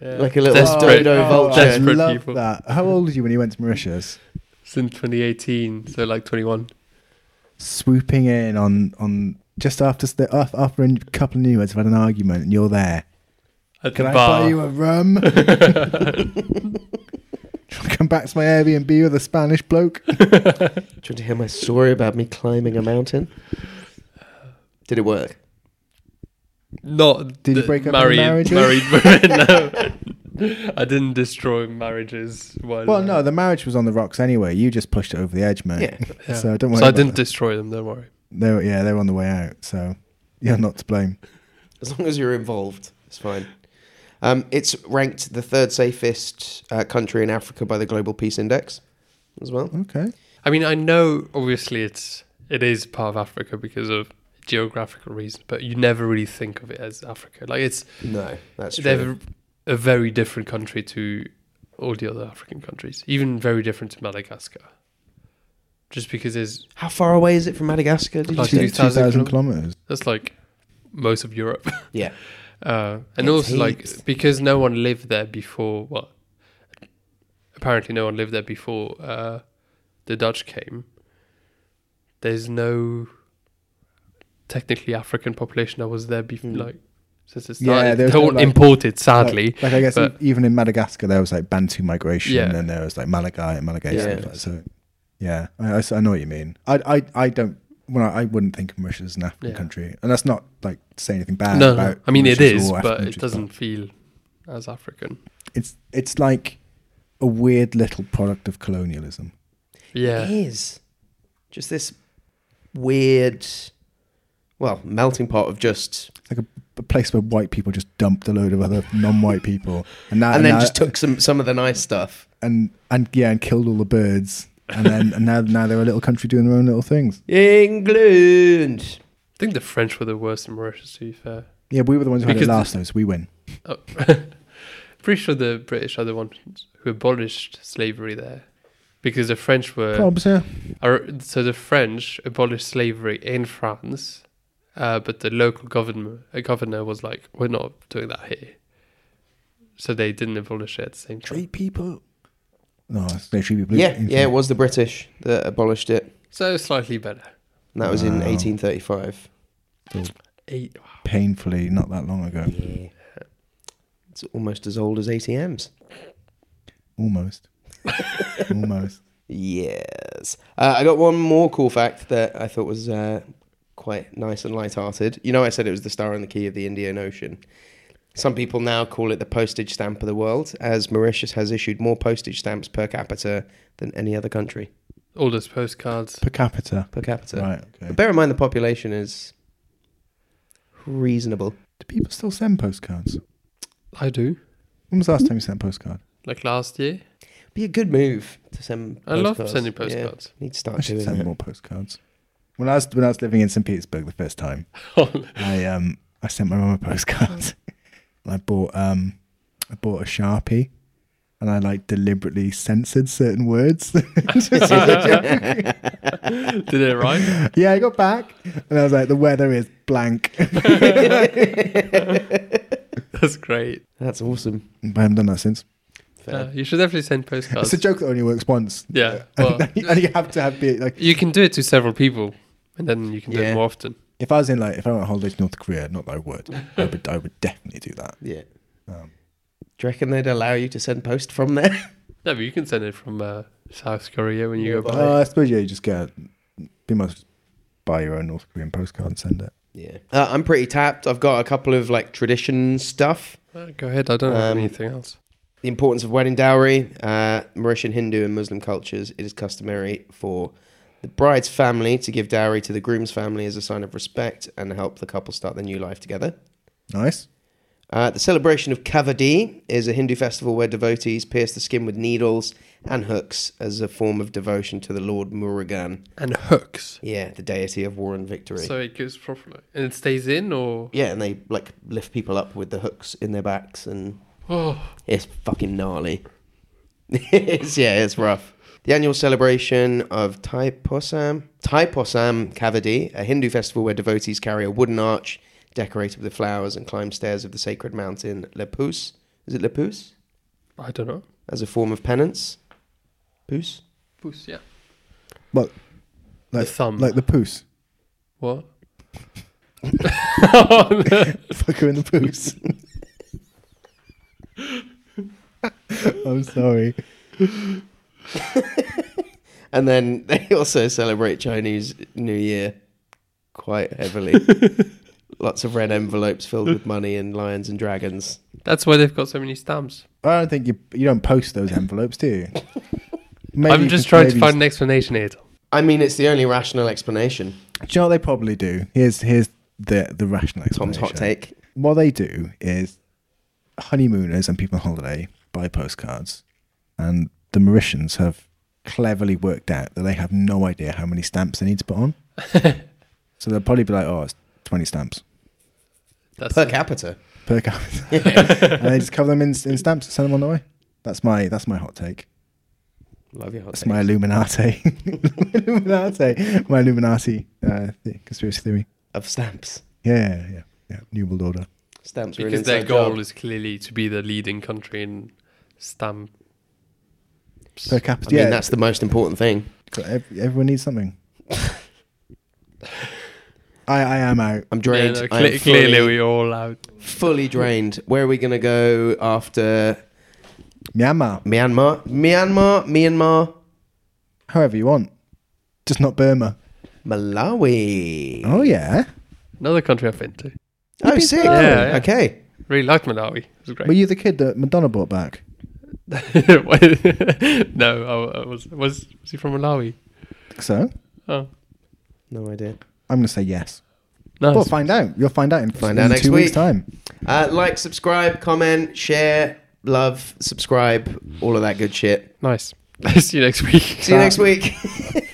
S3: Yeah.
S2: like a little
S3: Desperate-
S2: dodo vulture.
S1: Oh, I
S3: Desperate
S1: love
S3: people.
S1: that. How old were you when you went to Mauritius?
S3: since 2018, so like 21.
S1: Swooping in on on just after the, af- after a couple of new ones, I've had an argument, and you're there.
S3: At
S1: Can
S3: the
S1: I
S3: bar.
S1: buy you a rum? Come back to my Airbnb with a Spanish bloke.
S2: Do you want to hear my story about me climbing a mountain? Did it work?
S3: Not
S1: Did you
S3: the-
S1: break up any
S3: married,
S1: marriages?
S3: Married, no. I didn't destroy marriages. While,
S1: Well, no,
S3: uh,
S1: the marriage was on the rocks anyway. You just pushed it over the edge, mate.
S2: Yeah.
S3: yeah.
S1: So don't worry.
S3: So I
S1: about
S3: didn't
S1: that.
S3: destroy them. Don't worry.
S1: They were, yeah, they were on the way out. So you're not to blame.
S2: As long as you're involved, it's fine. Um, it's ranked the third safest uh, country in Africa by the Global Peace Index as well.
S3: Hmm.
S1: Okay.
S3: I mean, I know obviously it's it is part of Africa because of geographical reasons, but you never really think of it as Africa. Like it's
S2: No, that's true.
S3: they're a very different country to all the other African countries, even very different to Madagascar. Just because there's
S2: How far away is it from Madagascar? Did you
S3: Like
S2: say?
S3: two- 2,000
S1: 2,000 kilometers.
S3: that's like most of Europe,
S2: Yeah,
S3: uh,
S2: It's
S3: and also
S2: heaps.
S3: like because no one lived there before. Well, apparently no one lived there before uh, the Dutch came. There's no technically African population that was there before,
S2: Hmm.
S3: like since it
S1: Yeah,
S3: started.
S1: there's
S3: They're
S1: no,
S3: all
S1: like-
S3: imported, sadly.
S1: Like, like I guess
S3: but-
S1: even in Madagascar, there was like Bantu migration,
S3: Yeah.
S1: and then there was like Malagai and Malagasy.
S2: Yeah.
S1: and stuff. So, yeah, I- I, s- I know what you mean. I, I, I don't. Well, I wouldn't think of Russia as an African
S3: Yeah.
S1: country, and that's not like saying anything bad.
S3: no,
S1: uh, about
S3: I mean it
S1: Russia's
S3: is,
S1: or African
S3: but it
S1: countries,
S3: doesn't feel as African.
S1: It's it's like a weird little product of colonialism.
S2: it
S3: Yeah,
S2: is. Just this weird, well, melting pot of just,
S1: It's like a, a place where white people just dumped a load of other non-white people, and now
S2: and then
S1: now-
S2: just took some some of the nice stuff.
S1: and and yeah, and killed all the birds, and then and now now they're a little country doing their own little things.
S2: England.
S3: I think the French were the worst in Mauritius. To be fair,
S1: Yeah, we were the ones who
S3: Because-
S1: had it last, though, so we win.
S3: oh. pretty sure the British are the ones who abolished slavery there, because the French were.
S1: Probs, yeah.
S3: Are, so the French abolished slavery in France, uh, but the local government uh, governor was like, "We're not doing that here." So they didn't abolish it at the same time.
S1: people. No, it's- they treat people.
S2: Yeah, yeah, it
S1: Well,
S2: was the British that abolished it.
S3: So slightly better.
S2: And that was in
S1: Wow.
S2: 1835.
S3: Eight.
S1: painfully not that long ago,
S2: Yeah. It's almost as old as ATMs.
S1: almost, almost.
S2: Yes. Uh, I got one more cool fact that I thought was uh, quite nice and light-hearted. You know, I said it was the star and the key of the Indian Ocean. Some people now call it the postage stamp of the world, as Mauritius has issued more postage stamps per capita than any other country.
S3: All those postcards.
S1: Per capita,
S2: Per capita.
S1: right? Okay.
S2: But bear in mind, the population is reasonable.
S1: Do people still send postcards?
S3: I do.
S1: When was the last time you sent a postcard?
S3: Like last year,
S2: Be a good move to send.
S3: I love
S2: postcards.
S3: sending
S2: Yeah.
S3: postcards.
S2: Need
S1: I
S2: to start
S1: should
S2: doing
S1: send
S2: that.
S1: more postcards. When I was when I was living in St. Petersburg the first time, I um I sent my mum a postcard. and I bought um I bought a sharpie, and I like deliberately censored certain words.
S3: Did it right?
S1: yeah, I got back, and I was like, the weather is blank.
S3: That's great.
S2: That's awesome.
S1: I haven't done that since.
S3: Uh,
S2: Fair.
S3: you should definitely send
S1: It's
S3: postcards.
S1: a joke that only works once.
S3: Yeah. Well,
S1: and, you, and you have to have be like
S3: you can do it to several people, and then you can do
S2: Yeah.
S3: it more often.
S1: if I was in like if I went on holiday to North Korea, not that I would, I would I would definitely do that.
S2: yeah.
S1: Um,
S2: Do you reckon they'd allow you to send post from there?
S3: No, but you can send it from uh, South Korea when you go
S2: Yeah,
S3: back.
S2: but-
S1: uh, I suppose yeah, you just get you must buy your own North Korean postcard and send it.
S2: yeah. Uh, I'm pretty tapped. I've got a couple of like tradition stuff.
S3: Uh, go ahead. I don't have
S2: Um,
S3: anything else.
S2: The importance of wedding dowry. Uh, Mauritian Hindu and Muslim cultures, it is customary for the bride's family to give dowry to the groom's family as a sign of respect and help the couple start their new life together.
S1: Nice.
S2: Uh, the celebration of Kavadi is a Hindu festival where devotees pierce the skin with needles and hooks as a form of devotion to the Lord Murugan.
S3: And hooks.
S2: Yeah, the deity of war and victory.
S3: So it goes properly. And it stays in, or.
S2: yeah, and they like lift people up with the hooks in their backs, and
S3: Oh,
S2: it's fucking gnarly. it's, yeah, it's rough. The annual celebration of Tai Posam, Tai Posam Kavadi, a Hindu festival where devotees carry a wooden arch decorated with flowers and climb stairs of the sacred mountain Lepus. Is it Lepus?
S3: I don't know.
S2: as a form of penance. Poos?
S3: Puss, yeah.
S1: Well, like
S3: the thumb.
S1: like the poos.
S3: what?
S1: Fucker in the boots. I'm sorry.
S2: And then they also celebrate Chinese New Year quite heavily. Lots of red envelopes filled with money and lions and dragons.
S3: That's why they've got so many stamps.
S1: I don't think you you don't post those envelopes, do you? Maybe
S3: I'm
S1: you
S3: just
S1: could-
S3: trying to
S1: maybe-
S3: find an explanation here. Tom.
S2: I mean, it's the only rational explanation.
S1: Do you know what they probably do? Here's here's the the rational explanation.
S2: Tom's hot take.
S1: What they do is honeymooners and people on holiday buy postcards, and the Mauritians have cleverly worked out that they have no idea how many stamps they need to put on. so they'll probably be like, "Oh, it's 20 stamps
S3: That's
S2: Per capita.
S1: per capita," and they just cover them in, in stamps and send them on the way. That's my that's my hot take.
S2: Love your hot
S1: That's
S2: take.
S1: my Illuminati, Illuminati, my Illuminati uh, the conspiracy theory.
S2: Of stamps.
S1: Yeah, yeah, yeah. New world order.
S2: Stamps are an
S3: because
S2: inside
S3: their goal
S2: job.
S3: is clearly to be the leading country in stamp.
S1: per capita.
S2: I mean,
S1: yeah,
S2: that's the most important thing.
S1: ev- everyone needs something. I, I am out.
S2: I'm drained.
S3: Yeah, no,
S2: I am
S3: cle- clearly,
S2: fully-
S3: we're all out.
S2: fully drained. Where are we going to go after
S1: Myanmar,
S2: Myanmar? Myanmar, Myanmar,
S1: however you want, just not Burma.
S2: Malawi.
S1: Oh yeah,
S3: Another country I've been to.
S2: Oh, sick.
S3: Yeah, yeah.
S2: Okay.
S3: Really liked Malawi. It was great.
S1: were you the kid that Madonna brought back?
S3: no, I, I was, was was he from Malawi?
S1: Think so
S3: Oh,
S2: No idea.
S1: I'm gonna say yes.
S3: no.
S1: Well, find out. You'll find out in,
S2: Find
S1: in
S2: out next
S1: two
S2: week.
S1: weeks' time.
S2: Uh, like, subscribe, comment, share, love, subscribe, all of that good shit.
S3: nice. See you next week.
S2: See you
S1: Bye.
S2: next week.